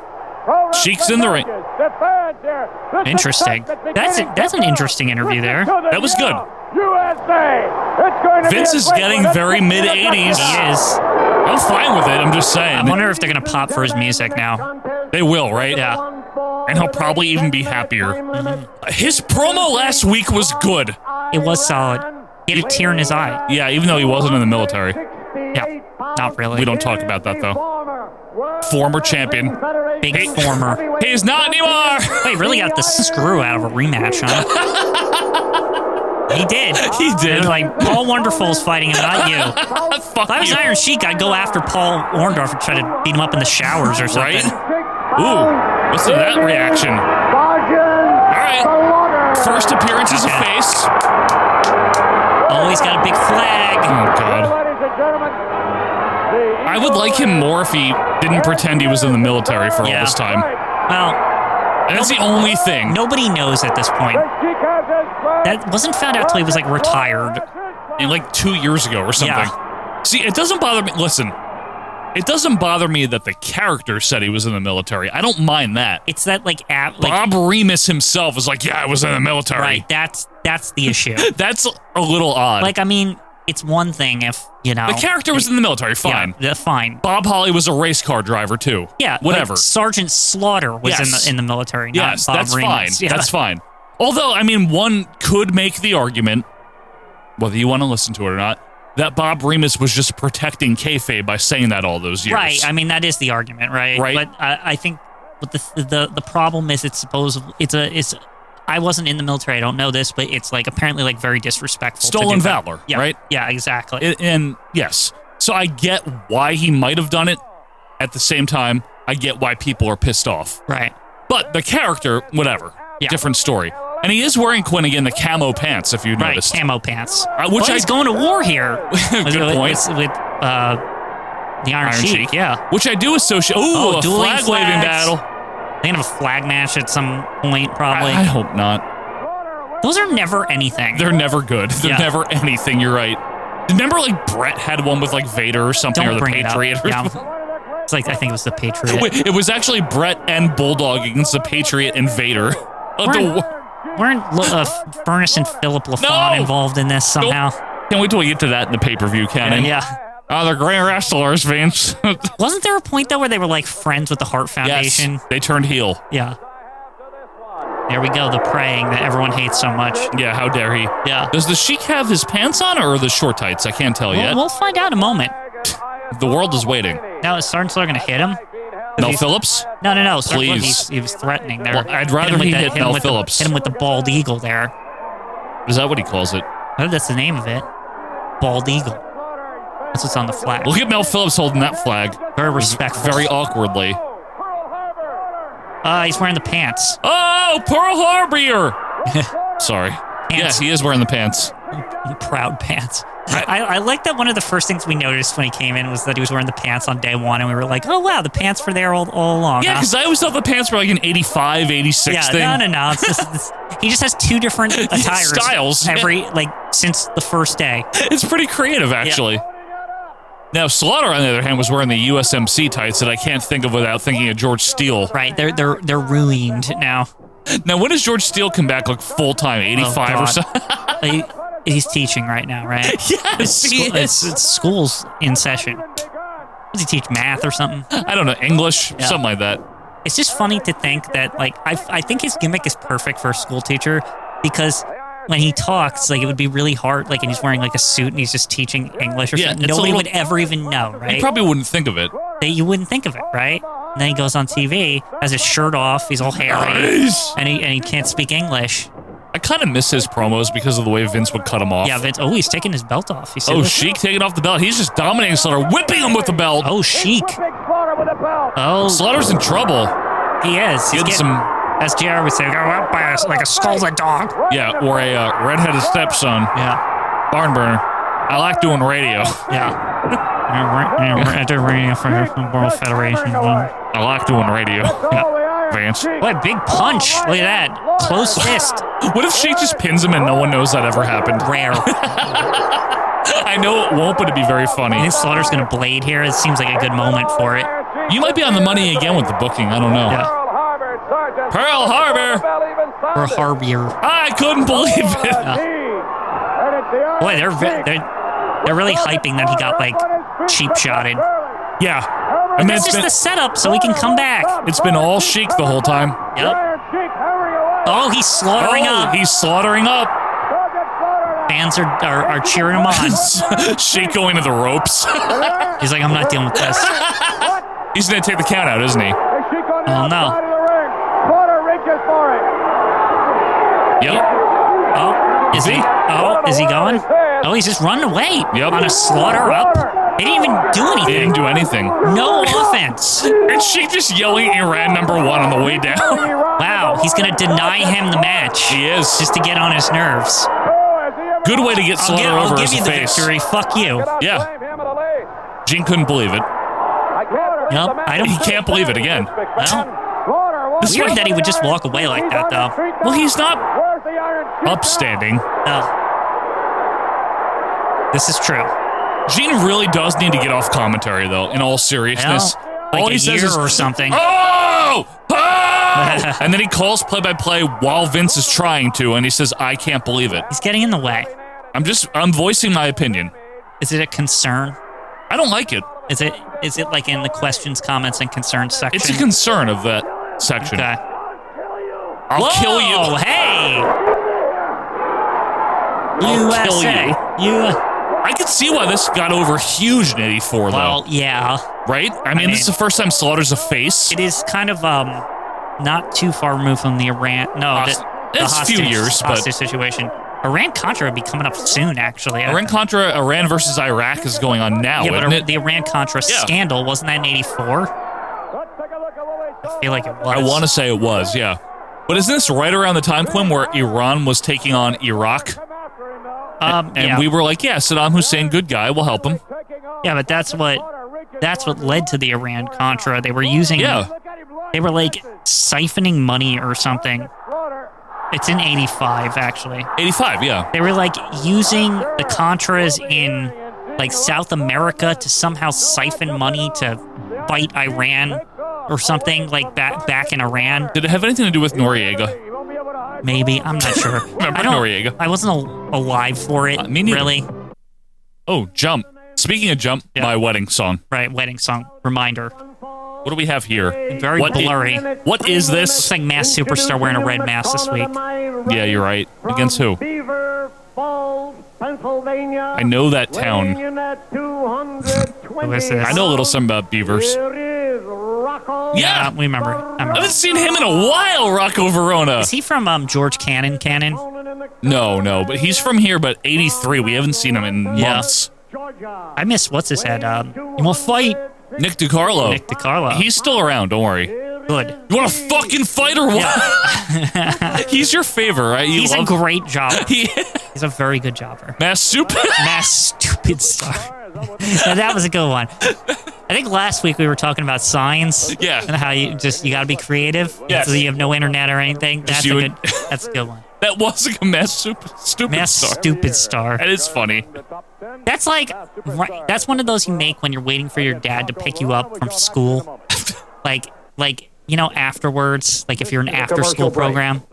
Sheik's in the ring. defenders, defenders, this Interesting. excitement That's a, beginning that's an to interesting interview there. burn. That was good. USA. It's going to Vince be a is great getting one. very Let's get to the He mid-eighties. contest. is. I'm fine with it. I'm just saying. I wonder if they're gonna pop for his music now. They will, right? Yeah. And he'll probably even be happier. His promo last week was good. It was solid. He had a tear in his eye. Yeah, even though he wasn't in the military. Yeah, not really. We don't talk about that though. though. Former champion. Big former. He's not anymore. Wait, really got the screw out of a rematch, huh? He did. He did. They're like, Paul Wonderful's fighting him, not you. Fuck If I was you. Iron Sheik, I'd go after Paul Orndorff and try to beat him up in the showers or something. Right? Ooh, what's in that reaction? All right. First appearance as a Okay. face. Always got a big flag. Oh God. I would like him more if he didn't pretend he was in the military for all Yeah. this time. Well, That's the only thing. nobody knows at this point. That wasn't found out till he was like retired. in like two years ago or something. See, it doesn't bother me. Listen, it doesn't bother me that the character said he was in the military. I don't mind that. It's that like app like Bob Remus himself was like, "Yeah, I was in the military." right. That's that's the issue. That's a little odd. like I mean, it's one thing if you know the character was in the military. Fine. Yeah, the- fine. Bob Holly was a race car driver too. Yeah, whatever. like Sergeant Slaughter was in Yes. the in the military. Not yes, Bob that's Remus. fine. Yeah. That's fine. Although, I mean, one could make the argument, whether you want to listen to it or not, that Bob Remus was just protecting kayfabe by saying that all those years. Right. I mean, that is the argument, right? Right. But I, I think, but the the the problem is it's supposed it's a it's. I wasn't in the military. I don't know this, but it's like apparently like very disrespectful. to Stolen do that. valor, Yeah. right? Yeah. Exactly. and, and yes, so I get why he might have done it. At the same time, I get why people are pissed off. right. But the character, whatever, Yeah. different story. And he is wearing Quinnigan the camo pants, if you Right. noticed. Camo pants. Uh, which Well, I- he's going to war here. Good with, with- point. With, uh, the Iron, Iron Sheik. Sheik. Yeah. Which I do associate. Ooh, Oh, a dueling flag waving flags. battle. They gonna have a flag match at some point, probably. I, I hope not. Those are never anything. They're never good. They're Yeah. never anything. You're right. Remember, like Brett had one with like Vader or something, don't or the bring Patriot. it up. or something. Yeah. It's like I think it was the Patriot. Wait, it was actually Brett and Bulldog against the Patriot and Vader. Uh, the Weren't- wo- Weren't L- uh, Furnace and Philip LaFon No! involved in this Nope. somehow? Can't wait till we get to that in the pay per view, Cannon. Yeah. Oh, they're great wrestlers, Vince. Wasn't there a point though where they were like friends with the Hart Foundation? yes, they turned heel. Yeah. There we go. The praying that everyone hates so much. Yeah, Oh, how dare he? Yeah. Does the Sheik have his pants on or the short tights? I can't tell yet. We'll, we'll find out in a moment. the world is waiting. Now is Sergeant Slaughter gonna hit him? Mel Phillips? No, no, no. Sergeant Slaughter, Please. he's- he was threatening there. Well, I'd rather him with he the- hit him Mel with the- Phillips. hit him with the bald eagle there. Is that what he calls it? I think that's the name of it. Bald eagle. That's what's on the flag. Look at Mel Phillips holding that flag Very respectful. very awkwardly. Uh, he's wearing the pants. Oh, Pearl Harbor! Sorry. Yes, he is wearing the pants. Uh-huh. proud pants. I, I like that one of the first things we noticed when he came in was that he was wearing the pants on day one, and we were like, oh, wow, the pants were there all, all along. Yeah, huh? because I always thought the pants were like an 85, 86 yeah, thing. no, no, no. It's just, it's, he just has two different attires. styles, yeah. Every, like, since the first day. It's pretty creative, actually. Now, Slaughter, on the other hand, was wearing the USMC tights that I can't think of without thinking of George Steele. Right. They're, they're, they're ruined now. Now, when does George Steele come back, like full time, 85 or Oh, God. something? He, he's teaching right now, right? yes, It's, he scho- it's, is. it's school's in session. Does he teach math or something? I don't know, English, Yeah. something like that. It's just funny to think that, like, I, I think his gimmick is perfect for a school teacher because when he talks, like, it would be really hard. Like, and he's wearing, like, a suit and he's just teaching English or Yeah, something. it's a Nobody little- would ever even know, You right? probably wouldn't think of it. that you wouldn't think of it, right? And then he goes on TV, has his shirt off, he's all hairy, Nice. and, he, and he can't speak English. I kind of miss his promos because of the way Vince would cut him off. Yeah, Vince, oh, he's taking his belt off. He's oh, Sheik taking off the belt. He's just dominating Slaughter, whipping him with the belt. Oh, chic. Oh, Slaughter's in trouble. he is. He's Getting getting, some, as JR would say, go up by a, like a skull's a dog. yeah, or a uh, redheaded stepson, Yeah, Barnburner. I like doing radio. yeah. Yeah, we're- yeah, we're- I did radio for the World Federation. What I like doing radio. Vance. a big punch! Oh, Look at that. Close fist. What if Sheik just pins him and no one knows that ever happened? Rare. I I know it won't, but it'd be very funny. think Slaughter's going to blade here. It seems like a good moment for it. You might be on the money again with the booking. I don't know. Yeah. Pearl Harbor. Or Harbier. I couldn't believe it. Boy, they're ve- they're they're really hyping that he got like cheap shotted. Yeah. I mean, That's it's just been, the setup, so he can come back. it's been all Sheik the whole time. Yep. Oh, he's slaughtering Oh, up. he's slaughtering up. Fans are, are are cheering him on. Sheik going to the ropes. He's like, I'm not dealing with this. he's going to take the count out, isn't he? Oh no. Yep. Oh, Is he? Oh, is he going? Oh, he's just running away Yep. on a slaughter up. They didn't even do He anything. didn't do anything. No offense. And she just yelling Iran number one on the way down. Wow, he's gonna deny him the match. He is. just to get on his nerves. Oh, Good way to get I'll, Slaughter get, I'll over give as you a the face. victory. Fuck you. Yeah. Gene couldn't believe it. Nope, I don't. He can't believe it again. Well, This is weird what- that he would just walk away like that, though. Well, he's not upstanding. Oh. This is true. Gene really does need to get off commentary, though. In all seriousness, Well, like all he a says year is or something. "Oh, oh!" and then he calls play-by-play while Vince is trying to, and he says, "I can't believe it." He's getting in the way. I'm just, I'm voicing my opinion. Is it a concern? I don't like it. Is it is it like in the questions, comments, and concerns section? It's a concern of that section. Okay. I'll kill Whoa, you. Hey. I'll USA. kill you. You. I can see why this got over huge in '84, though. Well, yeah. right? I mean, this is the first time Slaughter's a face. It is kind of um not too far removed from the Iran. No, Host- the, it's a few hostage- years, but- hostage situation. Iran Contra would be coming up soon, actually. I- Iran Contra, Iran versus Iraq is going on now, yeah, but isn't Ar- it? the Iran Contra Yeah. scandal wasn't that in '84? I feel like it was. I want to say it was, yeah. But isn't this right around the time, Quinn, where Iran was taking on Iraq? Um, And yeah. we were like, yeah, Saddam Hussein, good guy, we'll help him. yeah, but that's what that's what led to the Iran Contra. They were using. Yeah. They were like siphoning money or something. It's in '85, actually. 85, yeah. They were like using the Contras in like South America to somehow siphon money to fight Iran or something like back back in Iran. Did it have anything to do with Noriega? Maybe I'm not sure. Remember I don't. Noriega? I wasn't al- alive for it. Uh, me neither. Really? Oh, Jump. Speaking of Jump, my wedding song. Right. Wedding song reminder. What do we have here? Very What i- blurry. what is Looks this? like mass superstar wearing a red mask this week. Yeah, you're right. Against who? Beaver Falls, Pennsylvania. I know that town. Who is this? I know a little something about beavers. Here is Rocco. Yeah. we Uh, remember. I I remember. haven't seen him in a while, Rocco Verona. Is he from um, George Cannon? Cannon. No, no, but he's from here, but 83. We haven't seen him in Yeah. months. I miss what's his head. uh, Um, you will fight Nick DiCarlo. Nick DiCarlo. Oh. He's still around, don't worry. good. You want to fucking fight or what? he's your favorite, right? You He's a love great jobber. he, He's a very good jobber. Mass Soup. Mass stupid star. Now, that was a good one. I think last week we were talking about signs. Yeah. And how you just you got to be creative. Yes. So you have no internet or anything. That's a you good. and- That's a good one. that was like a Mass Soup Stupid Mass Star. stupid star. That is funny. That's like right, that's one of those you make when you're waiting for your dad to pick you up from school. like like you know afterwards, like if you're an after school program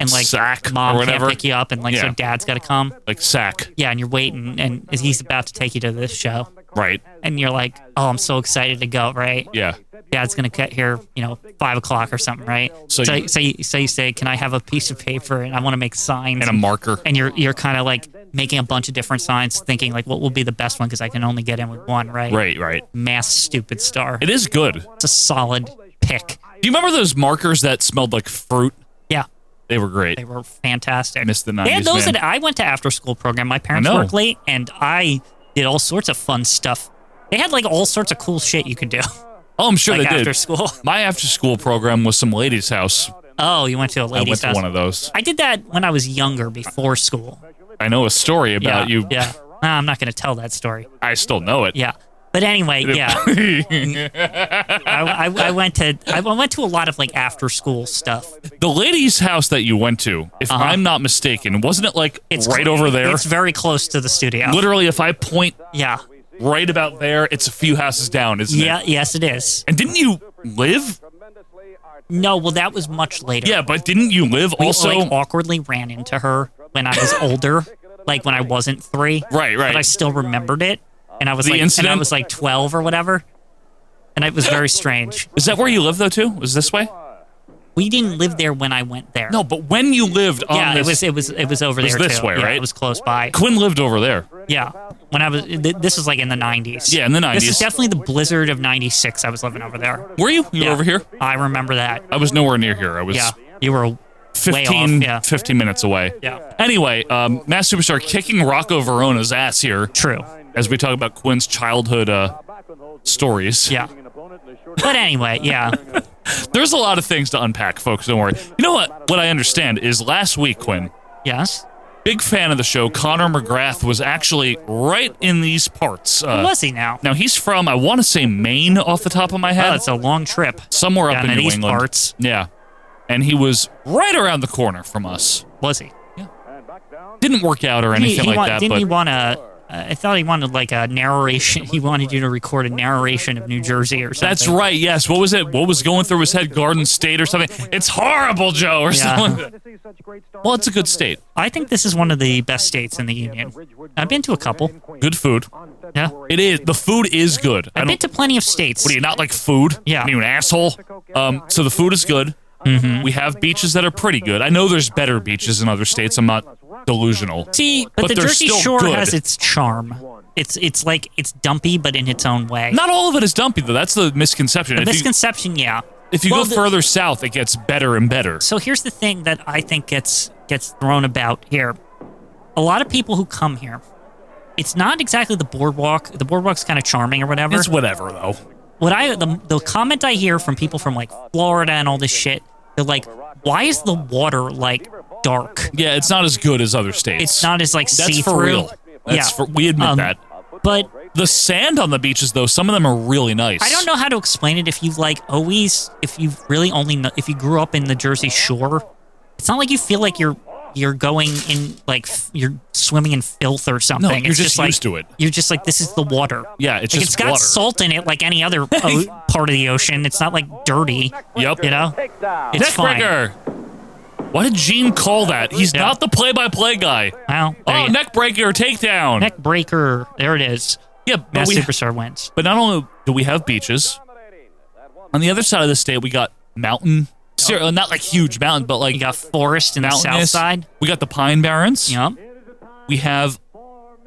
and like Sack mom or can't whatever. pick you up and like so Yeah. dad's got to come. Like Sack, Yeah, and you're waiting and he's about to take you to this show right? and you're like, "Oh, I'm so excited to go!" Right? Yeah. Dad's gonna cut here, you know, five o'clock or something, right? So so, you- so, you, so you say, "Can I have a piece of paper and I want to make signs And a marker. and you're you're kind of like making a bunch of different signs, thinking like, "What will be the best one?" Because I can only get in with one, right? Right, right. Mass stupid star. It is good. Do It's a solid pick. you remember those markers that smelled like fruit? Yeah, They were great. they were fantastic. Missed the They had 90s, those man. that I went to after school program. My parents know. worked late, and I did all sorts of fun stuff. They had like all sorts of cool shit you could do. Oh, I'm sure like they after did. school. My after school program was some lady's house. Oh, you went to a I ladies' went to house. one of those. I did that when I was younger, before school. I know a story about yeah, you. Yeah. No, I'm not going to tell that story. I still know it. Yeah. But anyway, yeah. Mm. I, I, I went to I went to a lot of like after school stuff. the lady's house that you went to, if Uh-huh. I'm not mistaken, wasn't it like It's right over there? It's very close to the studio. Literally, if I point Yeah. right about there, it's a few houses down, isn't Yeah. it? Yes, it is. And didn't you live? No. Well, that was much later. Yeah, but didn't you live We, also? like, awkwardly ran into her when I was older, like when I wasn't three. Right, right. But I still remembered it, and I was The like, and incident? I was like twelve or whatever, and it was very strange. Is that where you live though too? Was this way? We didn't live there when I went there. No, but when you lived on Yeah, this, it was it was it was over was there this too. way, yeah, right? It was close by. Quinn lived over there. Yeah, when I was th- this was like in the nineties. Yeah, in the This 90s. is definitely the blizzard of '96. I was living over there. Were you? You Yeah. were over here? I remember that. I was nowhere near here. I was Yeah, you were way 15, off. Yeah. 15 minutes away. Yeah. Anyway, um, Mass Superstar kicking Rocco Verona's ass here. True. As we talk about Quinn's childhood uh, stories. Yeah. But anyway, yeah. There's a lot of things to unpack, folks. Don't worry. You know what? What I understand is last week, Quinn, yes. big fan of the show, Connor McGrath was actually right in these parts. Uh, was he now? Now, he's from, I want to say Maine off the top of my head. Oh, it's a long trip. somewhere up down in in New these England. parts. Yeah. And he was right around the corner from us. Was he? Didn't work out or anything he, he like want- that, Didn't but he want a? Uh, I thought he wanted like a narration. He wanted you to record a narration of New Jersey or something. that's right. Yes. What was it? What was going through his head? Garden State or something? It's horrible, Joe, or Yeah. something. Well, it's a good state. I think this is one of the best states in the union. I've been to a couple. Good food. Yeah, It is. The food is good. I I've been don't. to plenty of states. What do you not like food? Yeah. What Are you an asshole? Um. So the food is good. Mm-hmm. We have beaches that are pretty good. I know there's better beaches in other states. I'm not delusional. See, but, But the they're Jersey still Shore good. has its charm. It's it's like it's dumpy, but in its own way. Not all of it is dumpy though. That's the misconception. the If you- misconception, yeah. If you Well, go the- further south, it gets better and better. So here's the thing that I think gets gets thrown about here. A lot of people who come here, it's not exactly the boardwalk. The boardwalk's kind of charming or whatever. It's whatever though. what I the, the comment I hear from people from like Florida and all this shit, they're like, why is the water like dark? Yeah, it's not as good as other states. It's not as like That's see for through. real. That's for, yeah, we admit Um, that. but The sand on the beaches though, some of them are really nice. I don't know how to explain it. If you like always, if you really only know, if you grew up in the Jersey Shore, it's not like you feel like you're you're going in like f- you're swimming in filth or something. you're it's just like, used to it. You're just like this is the water. Yeah, it's like, just it's got water. salt in it like any other o- part of the ocean. It's not like dirty. Yep. You know, it's fine. Neckbreaker. Why did Gene call that? He's Yeah. not the play-by-play guy. Well, there Oh, you- neckbreaker takedown. neck breaker. There it is. yeah, but Mass we, superstar wins. but not only do we have beaches, on the other side of the state we got mountain. ser- uh, Not like huge mountain, but like You got forest in the south mountainous. side. We got the Pine Barrens. Yep. We have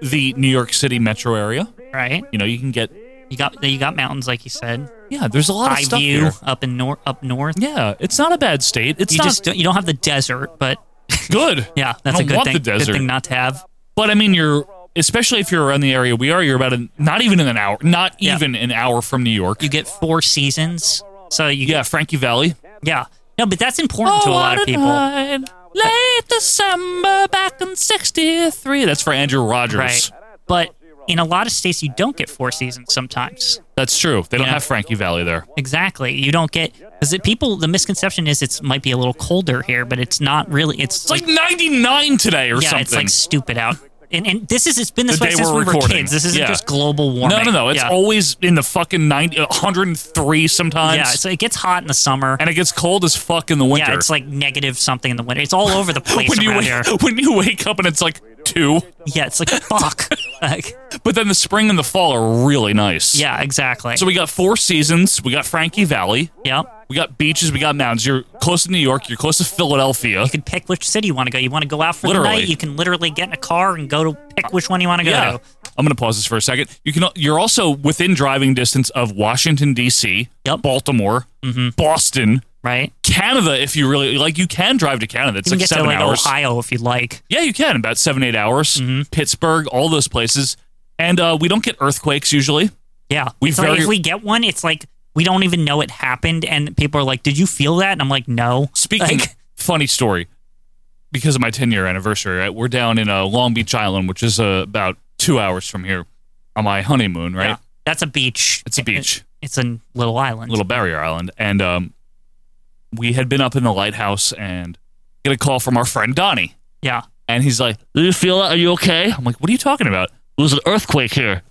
the New York City metro area. Right. You know, you can get You got you got mountains like you said. yeah. There's a lot of High stuff view here. up in north up north. Yeah, it's not a bad state. It's you not just don't, you don't have the desert, but good. yeah, that's I a don't good want thing. The desert. Good thing not to have. but I mean, you're especially if you're around the area we are. You're about a, not even in an hour. Not Yeah. even an hour from New York. You get four seasons, so you yeah, Frankie Valley. yeah. No, but that's Oh, important to a lot of people. Late December back in '63. That's for Andrew Rogers. Right. But in a lot of states, you don't get four seasons sometimes. That's true. They don't Yeah. have Frankie Valley there. Exactly. You don't get because people. The misconception is it might be a little colder here, but it's not really. It's, It's like 99 today or yeah, something. it's like stupid out. And, and this is it's been this The way day since we're we were recording. kids. This isn't Yeah. just global warming. No, no, no. It's yeah. always in the fucking 90, 103 sometimes. yeah. So it gets hot in the summer. and it gets cold as fuck in the winter. Yeah, it's like negative something in the winter. It's all over the place when you around wake, here. when you wake up and it's like two, Yeah, it's like fuck. like, but then the spring and the fall are really nice. yeah, exactly. So we got four seasons. We got Frankie Valley. yep. We got beaches. We got mountains. You're close to New York. You're close to Philadelphia. You can pick which city you want to go. You want to go out for Literally. the night. You can literally get in a car and go to pick which one you want to go yeah. to. I'm gonna pause this for a second. You can. You're also within driving distance of Washington D.C., Yep. Mm-hmm. Baltimore, Boston, Right. Canada. If you really like, you can drive to Canada. It's You like can get to seven like hours. Ohio if you'd like. Yeah, you can about seven eight hours. Mm-hmm. Pittsburgh, all those places, and uh, we don't get earthquakes usually. Yeah. We It's like very- if we get one, it's like we don't even know it happened, and people are like, "Did you feel that?" And I'm like, "No." Speaking, Like, funny story, because of my ten year anniversary, right? We're down in uh, Long Beach Island, which is uh, about two hours from here, on my honeymoon, right? yeah, that's a beach. It's a beach. It's a little island. Little Barrier Island, and um, we had been up in the lighthouse and get a call from our friend Donnie, yeah. and he's like, "Do you feel it? Are you okay?" I'm like, "What are you talking about? There was an earthquake here."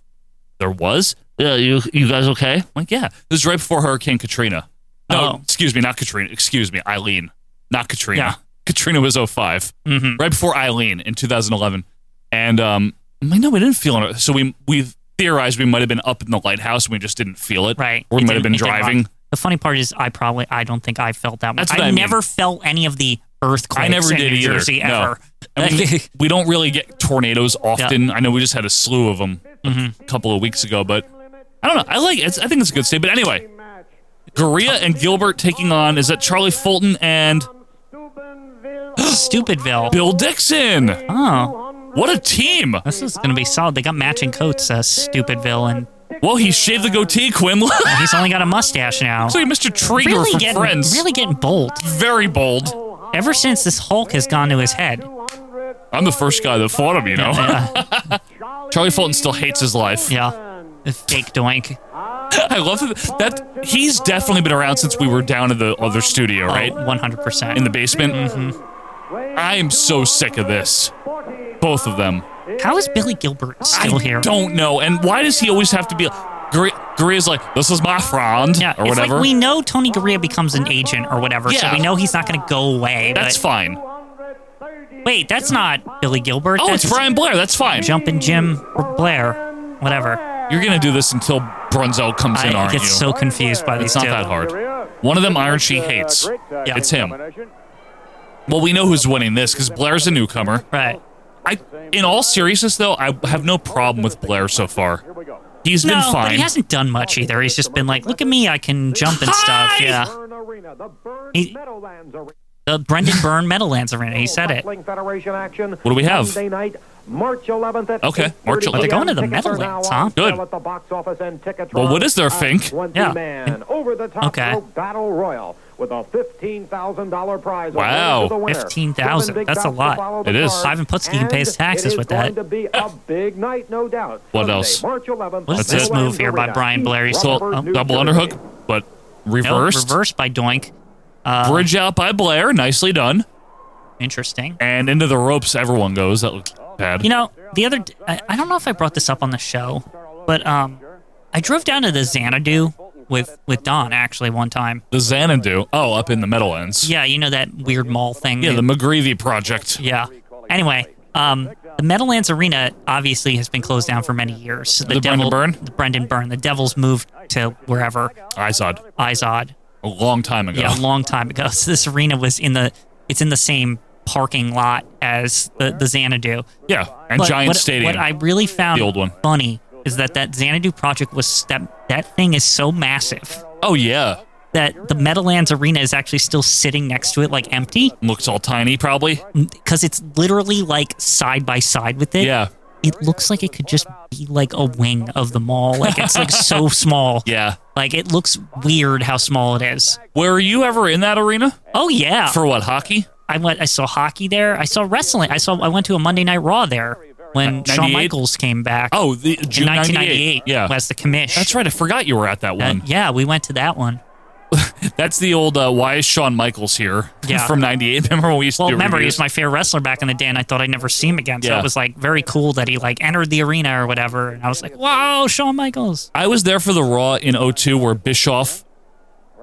There was. Yeah, you you guys okay? I'm like, yeah. This is right before Hurricane Katrina. No, Oh. excuse me, not Katrina. Excuse me, Eileen, not Katrina. Yeah. Katrina was 5 Mhm. right before Eileen in 2011. And um, I'm like, no, we didn't feel it. So we we theorized we might have been up in the lighthouse and we just didn't feel it. Right. Or we It might have didn't- been it didn't driving. rock. The funny part is, I probably, I don't think I felt that much. That's what I mean. never felt any of the earthquakes I never in did New either. Jersey No. ever. And we, we don't really get tornadoes often. I know we just had a slew of them Mm-hmm. a couple of weeks ago, but I don't know. I like it. I think it's a good state. But anyway, Gurria and Gilbert taking on is that Charlie Fulton and Stupidville. Bill Dixon. Oh, What a team. this is gonna be solid. They got matching coats. Uh, Stupidville, and Well, he shaved the goatee, Quinn. Looks he's only got a mustache now. like Mr. Trigger Really from getting, Friends. really getting bold. Very bold. Ever since this Hulk has gone to his head. I'm the first guy that fought him, you know? Yeah. Charlie Fulton still hates his life. yeah. The fake doink. I love that, that. He's definitely been around since we were down in the other studio, right? Oh, One hundred percent. In the basement. Mm-hmm. I am so sick of this. Both of them. How is Billy Gilbert still I here? don't know. And why does he always have to be. Guri Guri is like, this is my friend, Yeah, or it's whatever. like we know Tony Garea becomes an agent or whatever, so Yeah. we know he's not going to go away. That's but, fine. Wait, that's not Billy Gilbert. Oh, that's it's Brian Blair. That's fine. Jumpin' Jim or Blair, whatever. You're going to do this until Brunzel comes in, I aren't get you? so confused by these it's not two. that hard. One of them Iron She hates. Yeah. Ah. It's him. Well, we know who's winning this because Blair's a newcomer. Right. I, in all seriousness, though, I have no problem with Blair so far. He's been no, fine. but he hasn't done much either. He's just been like, look at me, I can jump and stuff. Hi! Yeah. He- The Brendan Byrne Meadowlands Arena. He said it. What do we have? Monday night, March 11th at Okay, March 8:30 11th. They're going to the p.m. Tickets are Meadowlands, now on huh? sale Good. At the box office and Ticketron. Well, what is there, at Fink? 20 Yeah. Man, over the top Okay. rope battle royal with a fifteen thousand dollar prize. awarded Wow. to the winner. $15,000. Seven big That's bouts a to lot. follow It the is. card, Ivan Putski can pay his and it taxes is with going that. to be a big night, no doubt. What Sunday, else? March 11th, What is at this Meadowlands move here by Arena, Brian Blair? He's uh, Rutherford, all- New Double Jersey. underhook, but No, reversed. reversed by Doink. Uh, Bridge out by Blair. Nicely done. Interesting. And into the ropes, everyone goes. That looks bad. You know, the other d- I, I don't know if I brought this up on the show, but um, I drove down to the Xanadu with with Don actually one time. the Xanadu. Oh, up in the Meadowlands. Yeah, you know that weird mall thing. Yeah, that- the McGreevy project. yeah. Anyway, um, the Meadowlands Arena obviously has been closed down for many years. The Brendan Byrne? the Brendan Byrne, the Devils moved to wherever I saw it Izod. a long time ago. Yeah, a long time ago. So this arena was in the it's in the same parking lot as the the Xanadu. Yeah, and But Giant what, Stadium. What I really found The old one. funny is that that Xanadu project was that that thing is so massive oh yeah, that the Meadowlands Arena is actually still sitting next to it, like empty, looks all tiny probably. because it's literally like side by side with it. Yeah, It looks like it could just be like a wing of the mall. Like it's like so small. yeah. Like it looks weird how small it is. Were you ever in that arena Oh yeah. for what hockey? I went. I saw hockey there. I saw wrestling. I saw. I went to a Monday Night Raw there when Shawn 98? Michaels came back. Uh, Oh, the June in 1998. Yeah, as the commish. that's right. I forgot you were at that Uh, one. yeah, we went to that one. That's the old uh, why is Shawn Michaels here? Yeah. from '98. Remember when we used Well, to do Oh, remember, he reviews? was my favorite wrestler back in the day, and I thought I'd never see him again. So Yeah. it was like very cool that he like entered the arena or whatever. And I was like, wow, Shawn Michaels. I was there for the Raw in 02 where Bischoff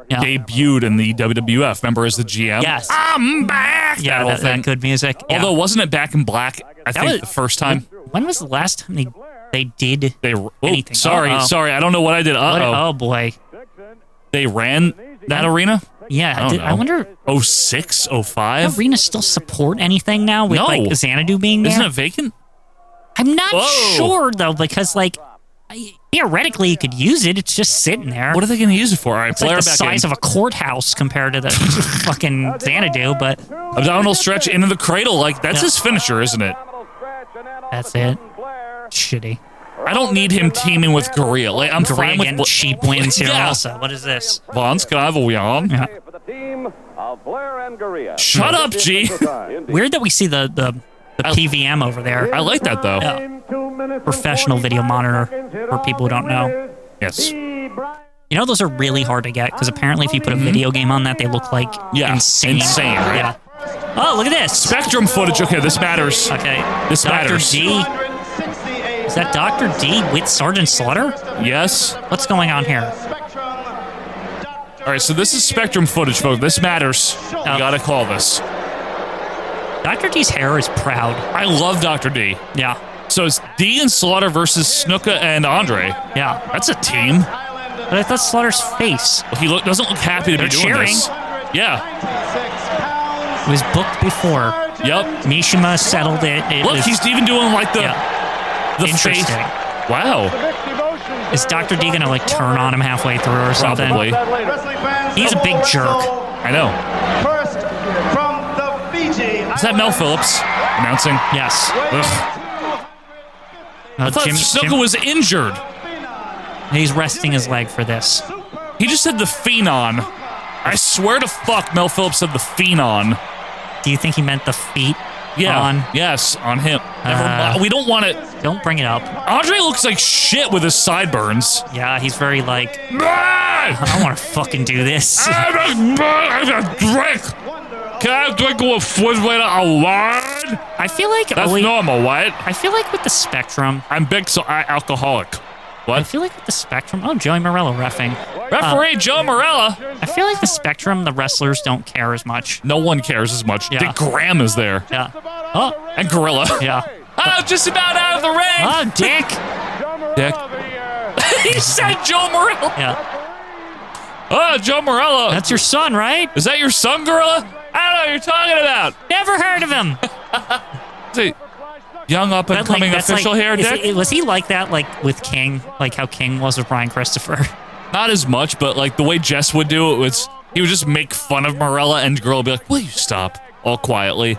Yeah. debuted in the WWF. Remember as the GM? Yes. I'm back. that, yeah, that, whole that thing. good music. Yeah. Although wasn't it Back in Black? I That think was- the first time when was the last time they they did they. Oh, anything? sorry, Uh-oh. sorry. I don't know what I did. What- Uh oh. oh boy, They ran that arena. yeah. don't did- know. wonder. 06, 05? Do arenas still support anything now with No. like Xanadu being there? Isn't it vacant? I'm not Whoa. sure though, because like I- theoretically you could use it. It's just sitting there. What are they going to use it for? All right, it's Blair like the back size in. of a courthouse compared to the fucking Xanadu, but Abdominal stretch into the cradle. Like, that's Yeah. his finisher, isn't it? That's it. Shitty. I don't need him teaming with Gorilla. Like, I'm Korea fine with getting what- cheap wins here Yeah. also. What is this? Vons, can I have a yawn? Yeah. For the team of Blair and Gurria. Shut up, G. Weird that we see the the, the I- PVM over there. I like that, though. Yeah. Professional video monitor for people who don't know. Yes. You know those are really hard to get because apparently if you put a video game on that, they look like Yeah, insane. insane, right? Yeah. Oh, look at this. Spectrum footage. Okay, this matters. Okay. This Dr. matters. D. Is that Dr. D with Sergeant Slaughter? Yes. What's going on here? All right, so this is Spectrum footage, folks. This matters. You gotta call this. Dr. D's hair is proud. I love Dr. D. Yeah. So it's D and Slaughter versus Snuka and Andre. Yeah. That's a team. But I thought Slaughter's face He look, doesn't look happy to be They're doing cheering. this. Yeah. was booked before. Yep. Mishima settled it. It Look, was- he's even doing like the yeah, the face. interesting. Wow. Is Dr. D gonna like turn on him halfway through or something? Probably. He's a big jerk. I know. First from the Fiji Is that Mel Phillips announcing? Yes. Ugh. Uh, I thought Jim, Snuka Jim- was injured. he's resting his leg for this. He just said the phenon. I swear to fuck, Mel Phillips said the phenon. Do you think he meant the feet? Yeah. On. Yes, on him. Never Uh. mind. We don't want it. Don't bring it up. Andre looks like shit with his sideburns. Yeah, he's very like, I don't want to fucking do this. I'm a drink. Can I drink with food later a wine? I feel like That's Oli- normal, right? I feel like with the spectrum, I'm big, so I alcoholic. I feel like with the spectrum. Oh, Joey Morello refing. Referee Joe Morella. I feel like the spectrum, the wrestlers don't care as much. No one cares as much. Yeah. Dick Graham is there. Yeah. Oh, And Gorilla. yeah. I'm just about out of the ring. Oh, Dick. Dick. he said Joe Morella. Yeah. Oh, Joe Morella. That's your son, right? is that your son, Gorilla? I don't know what you're talking about. Never heard of him. See, young up and That, like, coming that's official like- here, is Dick. it- was he like that, like with King, like how King was with Brian Christopher? Not as much, but like the way Jess would do it was he would just make fun of Morella and Gorilla would be like, Will you stop? All quietly.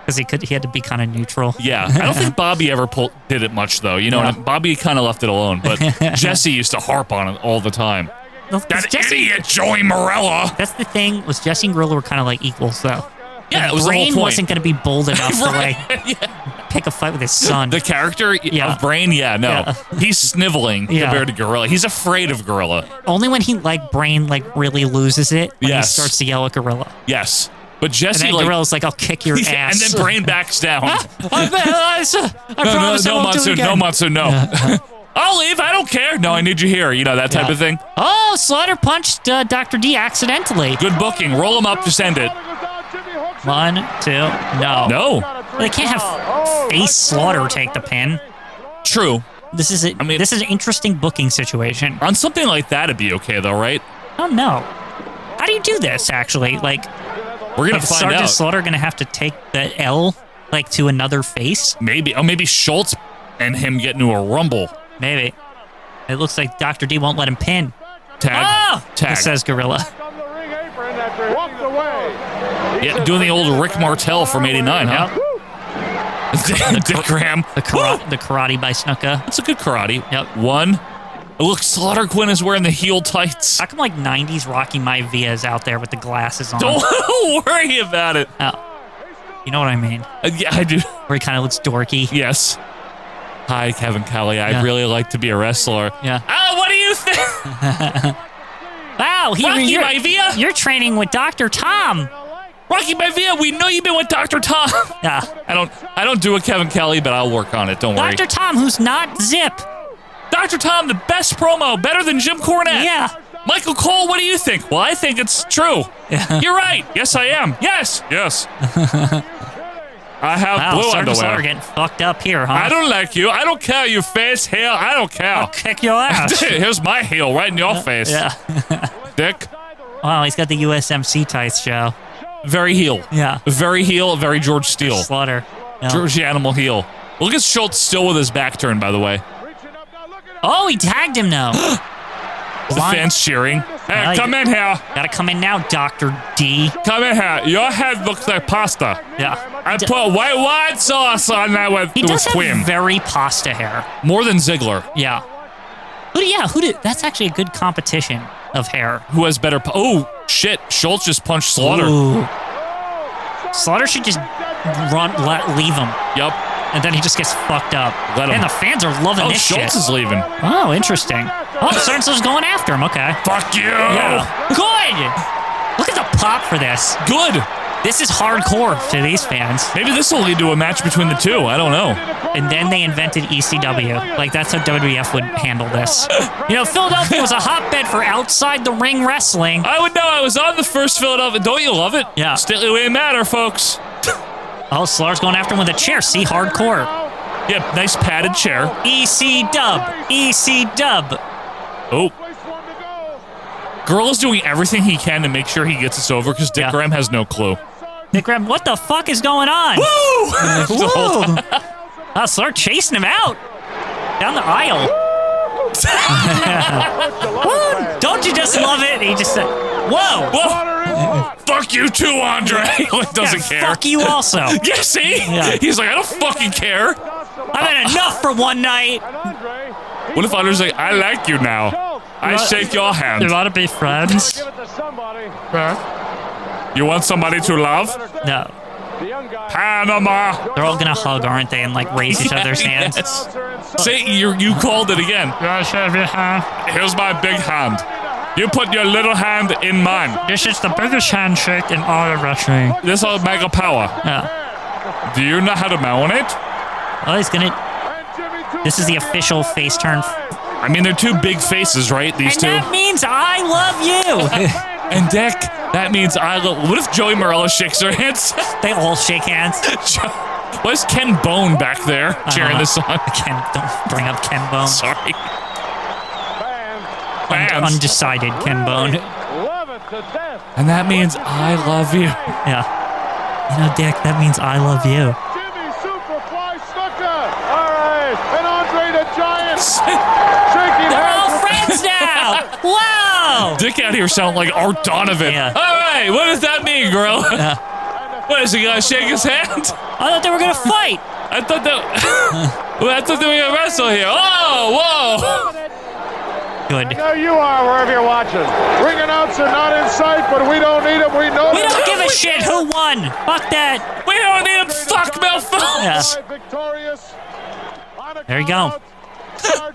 Because he could, he had to be kind of neutral. Yeah. I don't think Bobby ever pulled, did it much though. You know, No. and Bobby kind of left it alone, but Jesse used to harp on it all the time. No, 'cause That Jesse- idiot Joey Morella. That's the thing. Was Jesse and Gorilla were kind of like equals though. Yeah, His it was the whole Brain point. wasn't going to be bold enough Right. to like pick a fight with his son. The character Yeah. of Brain, yeah, no. He's sniveling Yeah. compared to Gorilla. He's afraid of Gorilla. Only when he like Brain like really loses it, when Yes. he starts to yell at Gorilla. Yes. But And Jesse then like, Gorilla's like, "I'll kick your Yeah, and ass." then Brain backs down. Ah, I, uh, I, I promise I no, won't do it Monsoon, again. no, Monsoon, no. I'll leave. I don't care. No, I need you here. You know, that type Yeah. of thing. Oh, Slaughter punched uh, Dr. D accidentally. Good booking. Roll them up. Just end it. One, two, no. No. They can't have face Slaughter take the pin. True. This is a, I mean- this is an interesting booking situation. On something like that, it'd be okay, though, right? Oh no. How do you do this actually? Like We're Like, going to is find Sergeant out. Slaughter gonna have to take the L like to another face? maybe. Oh, maybe Schultz and him get into a rumble. Maybe. It looks like Doctor D won't let him pin. Tag. Oh! Tag. It says Gorilla. Walked away. yeah, doing the old Rick Martel from 89, huh? Dick Graham. The Woo! karate, the karate by Snuka. That's a good karate. Yep. One. Oh, Look, Slaughter Quinn is wearing the heel tights. How come like '90s Rocky Maivia is out there with the glasses on? Don't worry about it. Oh. You know what I mean? Uh, yeah, I do. Where he kind of looks dorky. Yes. Hi, Kevin Kelly. I'd Yeah. really like to be a wrestler. Yeah. Ah, what do you think? Wow, he, Rocky you're, Maivia? you're training with Doctor Tom. Rocky Maivia, we know you've been with Dr. Tom. Yeah. I don't I don't do a Kevin Kelly, but I'll work on it. Don't worry. Doctor Tom, who's not Zip. Dr. Tom, the best promo, better than Jim Cornette. Yeah. Michael Cole, what do you think? Well, I think it's true. You're right. Yes, I am. Yes. Yes. I have Wow, blue Sergeant underwear. Slaughter getting fucked up here, huh? I don't like you. I don't care your face, hair. I don't care. I'll kick your ass. Here's my heel right in your face, yeah. Dick. Wow, he's got the USMC tights, Joe. Very heel. Yeah. Very heel, very George Steele. Slaughter. Yeah. George the Animal heel. Look at Schultz still with his back turned, by the way. Oh, he tagged him now. The Blind- fans cheering. Hey, Nice. come in here. Gotta come in now, Doctor D. Come in here. Your head looks like pasta. Yeah. I put white wine sauce on that with, He with does have cream. very pasta hair. More than Ziggler, Yeah. Who do, yeah, who did that's actually a good competition of hair. who has better. Po- oh, shit. Schultz just punched Slaughter. Ooh. Slaughter should just run let leave him. Yep. And then he just gets fucked up. Let him. And the fans are loving Oh, this Schultz shit. is leaving. oh, interesting. Oh, Sergeant's going after him. Okay. Fuck you. Yeah. Good. Look at the pop for this. Good. This is hardcore to these fans. Maybe this will lead to a match between the two. I don't know. And then they invented ECW. Like, that's how WWF would handle this. You know, Philadelphia was a hotbed for outside the ring wrestling. I would know. I was on the first Philadelphia. Don't you love it? Yeah. Stately way matter, folks. Oh, Slar's going after him with a chair. See, hardcore. E Yep. Nice padded chair. EC dub. EC dub. Oh. Girl is doing everything he can to make sure he gets us over because Dick Yeah. Graham has no clue. Nick Graham, what the fuck is going on? Woo! The whole time. Whoa. Oh, Slar chasing him out down the aisle. Woo! Don't you just love it? He just said, Whoa! Whoa! Fuck you too, Andre. like, doesn't Yeah, care. Fuck you also. Yeah, see? Yeah. He's like, I don't fucking care. I've had enough for one night. What if Andre's like, I like you now. I shake your hand. You want to be friends? You want somebody to love? No. Panama. They're all gonna hug, aren't they? And like raise each other's hands. Yes. Say you you called it again. Here's my big hand. You put your little hand in mine. This is the biggest handshake in all of wrestling. This is mega power. Yeah. Do you know how to mount it? Well, he's gonna. This is the official face turn. I mean, they're two big faces, right? These And two. that means I love you. and Dick. That means I love. What if Joey Morello shakes her hands? they all shake hands. Where's Ken Bone back there cheering Uh, this on? Ken, don't bring up Ken Bone. Sorry. Un- Fans. undecided Ken Bone. And that means I love you. Yeah. You know, Dick, that means I love you. Jimmy Superfly Snuka. All right, and Andre the Giant shaking They're hands. all friends now. Wow. Dick out here sound like Art Donovan. Yeah. All right, what does that mean, girl? What is he gonna shake his hand? I thought they were gonna fight. I thought that. well, I thought that we were gonna wrestle here. Oh, whoa! Good. There you are, wherever you're watching. Ring announcer not in sight, but we don't need him. We know We that don't give a shit who won. Fuck that. We don't need him. Fuck Mel Phelps. Andre victorious. On a There you go. count-out,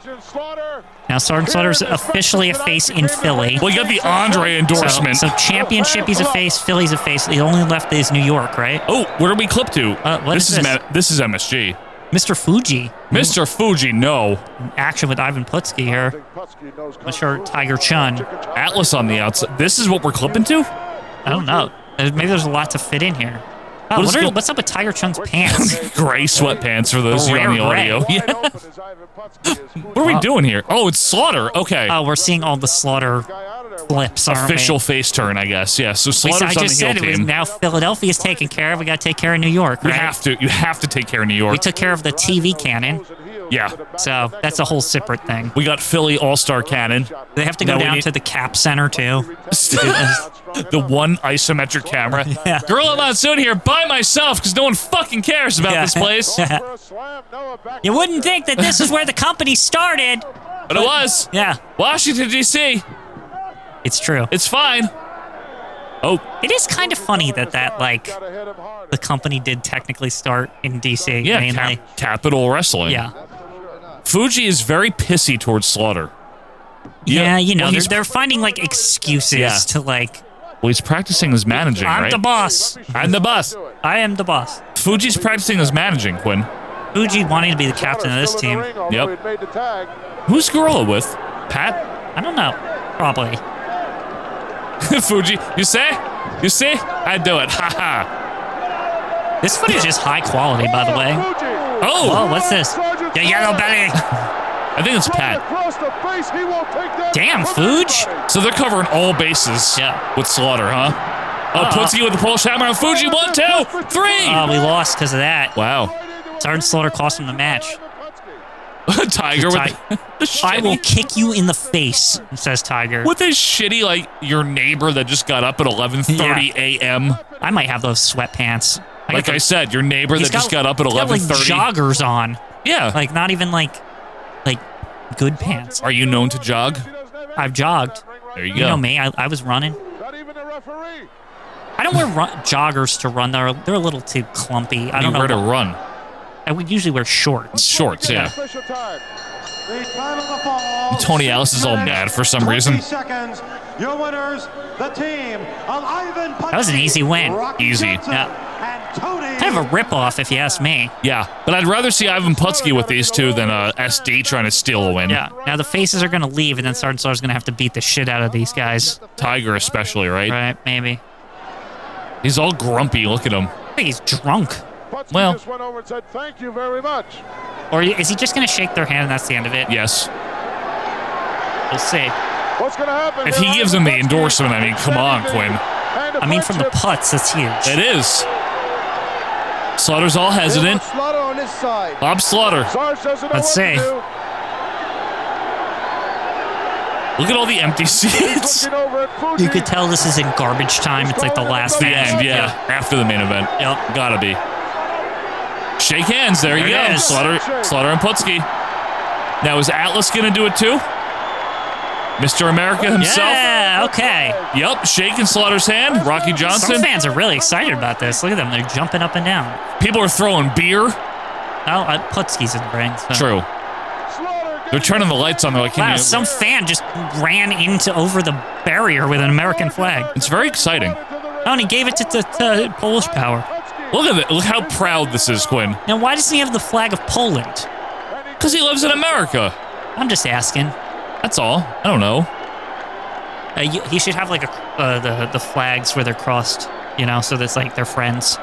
Sergeant Slaughter. Now, Sergeant Slaughter's officially a face in Philly. Well, you got the Andre endorsement. So, so championship, he's a face. Philly's a face. The only left is New York, right? oh, where do we clip to? Uh, what this is this? Ma- this is MSG. Mr. Fuji, Mr. Fuji, no. action with Ivan Putski here. Putski knows What's your Tiger Chun? Atlas on the outside. This is what we're clipping to? I don't know. Uh, Maybe there's a lot to fit in here. Wow, What what is are- go- what's up with Tiger Chun's pants? Gray sweatpants for those of you on Rare the audio. gray. Yeah. Wide open as Ivan Putski is What are we doing here? Oh, it's Slaughter. Okay. Oh, we're seeing all the slaughter guy out of there. flips. aren't we? Official face turn, I guess. Yeah. So We said- I Slaughter's on the just heel said it was team. now Philadelphia's taken care of. We got to take care of New York, You right? have to. You have to take care of New York. We took care of the TV cannon, yeah. so that's a whole separate thing. We got Philly All Star Cannon. They have to go No, we down need- to the cap center too. the one isometric camera. Yeah. Girl, I'm out soon here by myself because no one fucking cares about Yeah. this place. Yeah. You wouldn't think that this is where the company started. But it was. Yeah, Washington, D.C. it's true. It's fine. Oh, It is kind of funny that that like the company did technically start in DC yeah. mainly. Cap- Capital Wrestling. yeah, Fuji is very pissy towards Slaughter. yeah, You know, well, they're, he's, they're finding like excuses Yeah. to like well, he's practicing his managing, I'm right? the boss. I'm the boss. I am the boss. Fuji's practicing his managing, Quinn. Fuji wanting to be the captain of this team. Yep. Yep. Made the tag. Who's Gorilla with? Pat? I don't know. Oh, Probably. Fuji, you say? You see? I do it. Ha ha. This footage is high quality, by the way. Fuji. Oh, Oh, what's this? The yellow belly. I think it's Pat. Across the face, he won't take that Damn, from Fuge. anybody. So they're covering all bases Yeah. Uh-huh. with Slaughter, huh? Oh, Putski with the Polish hammer on Fuji. One, two, three. Oh, we lost because of that. wow. Sergeant Slaughter cost him the match. Tiger with Ti- the I will shitty, kick you in the face, says Tiger. with his shitty like your neighbor that just got up at 11:30 a.m. I might have those sweatpants. got Like I those- said, your neighbor he's that just got up at he's 11:30. like joggers on, yeah. like not even like like good pants. Are you known to jog? I've jogged. There you You know go. me. I, I was running. Not even the referee. I don't wear run- joggers to run. They're they're a little too clumpy. I You don't where to know. run. I would usually wear shorts. Shorts, yeah. Official time. The time of the fall. Tony Ellis is all mad for some reason. 20 seconds. Your winners, the team of Ivan That was an Putski, easy win. Rocky Easy. Johnson, And Tony. Kind of a ripoff, if you ask me. Yeah, but I'd rather see Ivan Putski with these two than uh, SD trying to steal a win. Yeah. Now the faces are gonna leave, and then Sergeant Slaughter's gonna have to beat the shit out of these guys. Tiger especially, right? Right? Maybe. He's all grumpy. Look at him. I think he's drunk. Putski Well. just went over and said, thank you very much. Or is he just gonna shake their hand and that's the end of it? Yes. We'll see. What's going to happen? If he here? gives him the Putski endorsement, I mean, come on, standing Quinn. and a I mean, from the friendship. putts, that's huge. It is. Slaughter's all hesitant. Slaughter on his side. Bob Slaughter. Sarge doesn't know Let's what to see. do. Look at all the empty seats. Looking over at Fuji. You could tell this is in garbage time. It's like the last the match. end, yeah. After the main event. Yep. Gotta be. Shake hands. There, you There it go. is. Slaughter, Slaughter and Putski. Now, is Atlas going to do it too? Mr. America himself? Yeah. Okay. Yep. Shaking Slaughter's hand. Rocky Johnson. Some fans are really excited about this. Look at them. They're jumping up and down. People are throwing beer. Oh, uh, Putski's in the ring. So. True. Slaughter gets They're turning the lights on. They're like, can Wow, you- some fan just ran into over the barrier with an American flag. it's very exciting. it to the ring. Oh, and he gave it to, to, to Polish power. Hutsky. Look at it. Look how proud this is, Quinn. Now, why doesn't he have the flag of Poland? Because he lives in America. I'm just asking. That's all. I don't know. Uh, you, he should have like a, uh, the the flags where they're crossed, you know, so that's like they're friends.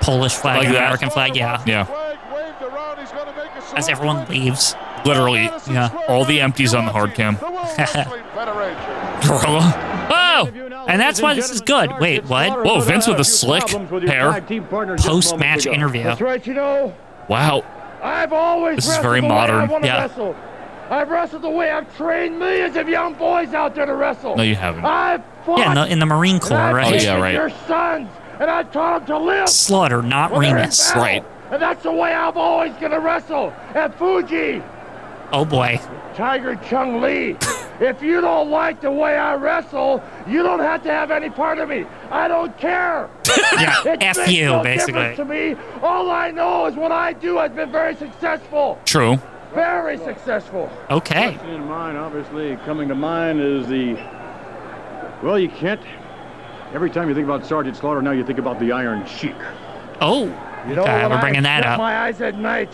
Polish flag, Like and that? American flag, yeah. Oh, Yeah. Flag waved around. He's gonna make a As everyone leaves, Literally. Yeah. All the empties on the hard cam. Oh, The World Wrestling Federation. Gorilla. Oh! and that's why this is good. Wait, what? Whoa, Vince with a slick hair. Post match interview. right, you know, Wow. I've always This is very modern. Yeah. wrestled. I've wrestled the way I've trained millions of young boys out there to wrestle. No, you haven't. I've fought Yeah, in the, in the Marine Corps, I've right? Oh, yeah, taken right. your sons, and I taught them to live. Slaughter, not Remus. Battle. Right. And that's the way I'm always gonna wrestle. And Fuji, Oh boy. Tiger Chung Lee. if you don't like the way I wrestle, you don't have to have any part of me. I don't care. Yeah, It F makes you, no difference basically. To me, all I know is what I do has been very successful. True. Very successful. Okay. In mind, obviously, coming to mind is the. Well, you can't. Every time you think about Sergeant Slaughter, now you think about the Iron Sheik. Oh. You know, Okay, when we're bringing I that shut up. My eyes at night.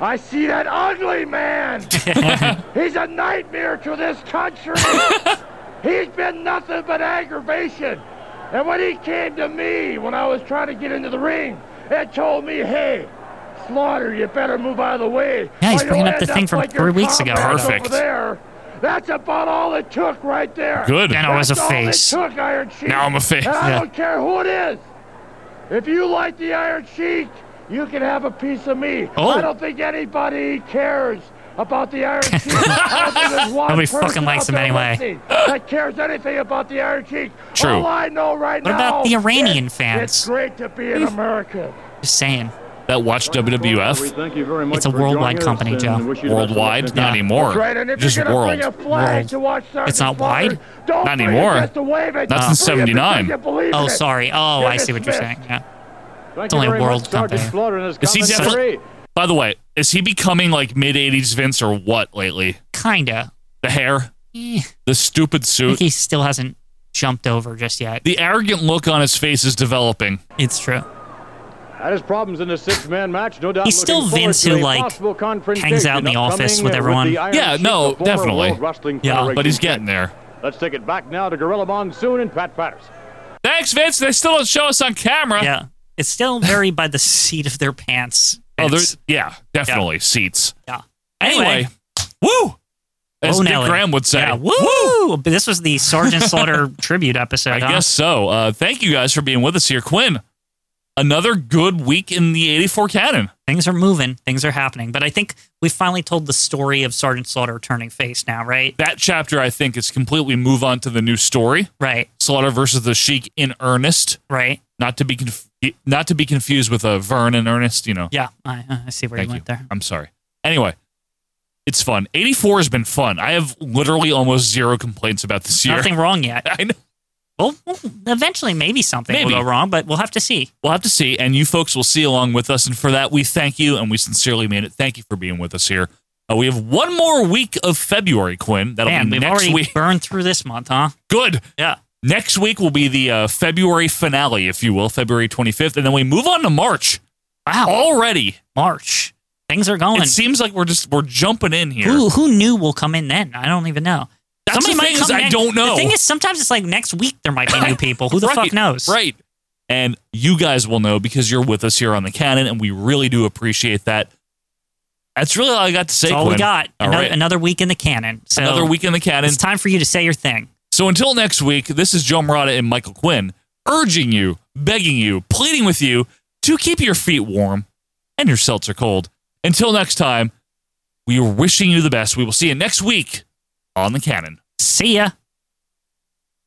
I see that ugly man. He's a nightmare to this country. He's been nothing but aggravation. And when he came to me when I was trying to get into the ring and told me, hey, Slaughter, you better move out of the way. Yeah, he's or bringing you'll up the end thing from like your three weeks ago. comrades over Perfect. There. That's about all it took right there. Good. And I was a That's all it face. took, Iron Sheik. Now I'm a face. And I Yeah. don't care who it is. If you like the Iron Sheik, you can have a piece of me. Oh. I don't think anybody cares about the Iron Sheik. I don't think there's one Nobody person fucking likes out him there anyway. listening That cares anything about the Iron Sheik. True. All I know right What now. about the Iranian is fans? It's great to be an American. Just saying. That watch WWF? Thank you very much. It's a for worldwide joining us company, and Joe. wish you the best of luck Worldwide? next Not Yeah. Right, and anymore. if Just you're gonna world. bring a flag World. to watch Sergeant It's not Slaughter, wide? Don't Not bring it anymore. just to wave it. Bring That's in it because 79. you believe in Oh, it. sorry. Oh, You're I see what you're dismissed. saying. Yeah. Thank only you a very world much, Sergeant company. Slaughter and his Is he commentary. By the way, is he becoming like mid 80s Vince or what lately? Kinda. The hair? Eh, I The stupid suit? think he still hasn't jumped over just yet. The arrogant look on his face is developing. It's true. Had his problems in the six-man match, no doubt. He's still looking forward Vince to who, a like, possible confrontation hangs out in the office upcoming, with uh, everyone. the Iron Yeah, Sheik, no, the former definitely. World Wrestling Yeah, Federation But he's champion. getting there. Let's take it back now to Gorilla Monsoon and Pat Patterson. Thanks, Vince. They still don't show us on camera. Yeah. It's still very by the seat of their pants. Oh, there, It's- yeah, definitely. Seats. yeah. Anyway, woo! As Whoa, Dick Oh, Nelly. Graham would say. Yeah, woo! But This was the Sergeant Slaughter tribute episode. I huh? guess so. Uh, thank you guys for being with us here. Quinn, another good week in the 84 canon. things are moving, things are happening. But I think we finally told the story of Sergeant Slaughter turning face now, right? That chapter, I think, is completely move on to the new story. Right, Slaughter versus the Sheik in earnest, right. not to be conf- not to be confused with a Vern in earnest. You know. Yeah, I, I see where Thank you you. went there. I'm sorry. Anyway, it's fun. 84 has been fun. I have literally almost zero complaints about this year. Nothing wrong yet. I know. Well, well, eventually, maybe something Uh, Maybe. will go wrong, but we'll have to see. We'll have to see, and you folks will see along with us. And for that, we thank you, and we sincerely mean it. Thank you for being with us here. Uh, we have one more week of February, Quinn. That'll Man, be we've next already week. burned through this month, huh? Good. Yeah. Next week will be the uh, February finale, if you will, February 25th, and then we move on to March Wow. already. March. Things are going. It seems like we're just we're jumping in here. Who who knew will come in then? I don't even know. That's the thing is, I don't know. The thing is, sometimes it's like next week there might be new people. Who the Right, fuck knows? Right. And you guys will know because you're with us here on the Canon, and we really do appreciate that. That's really all I got to say. That's all we Quinn. got. All another, right. another week in the canon. So Another week in the Canon. It's time for you to say your thing. So until next week, this is Joe Morata and Michael Quinn urging you, begging you, pleading with you to keep your feet warm and your seltzer cold. Until next time, we are wishing you the best. We will see you next week on the Cannon. See ya.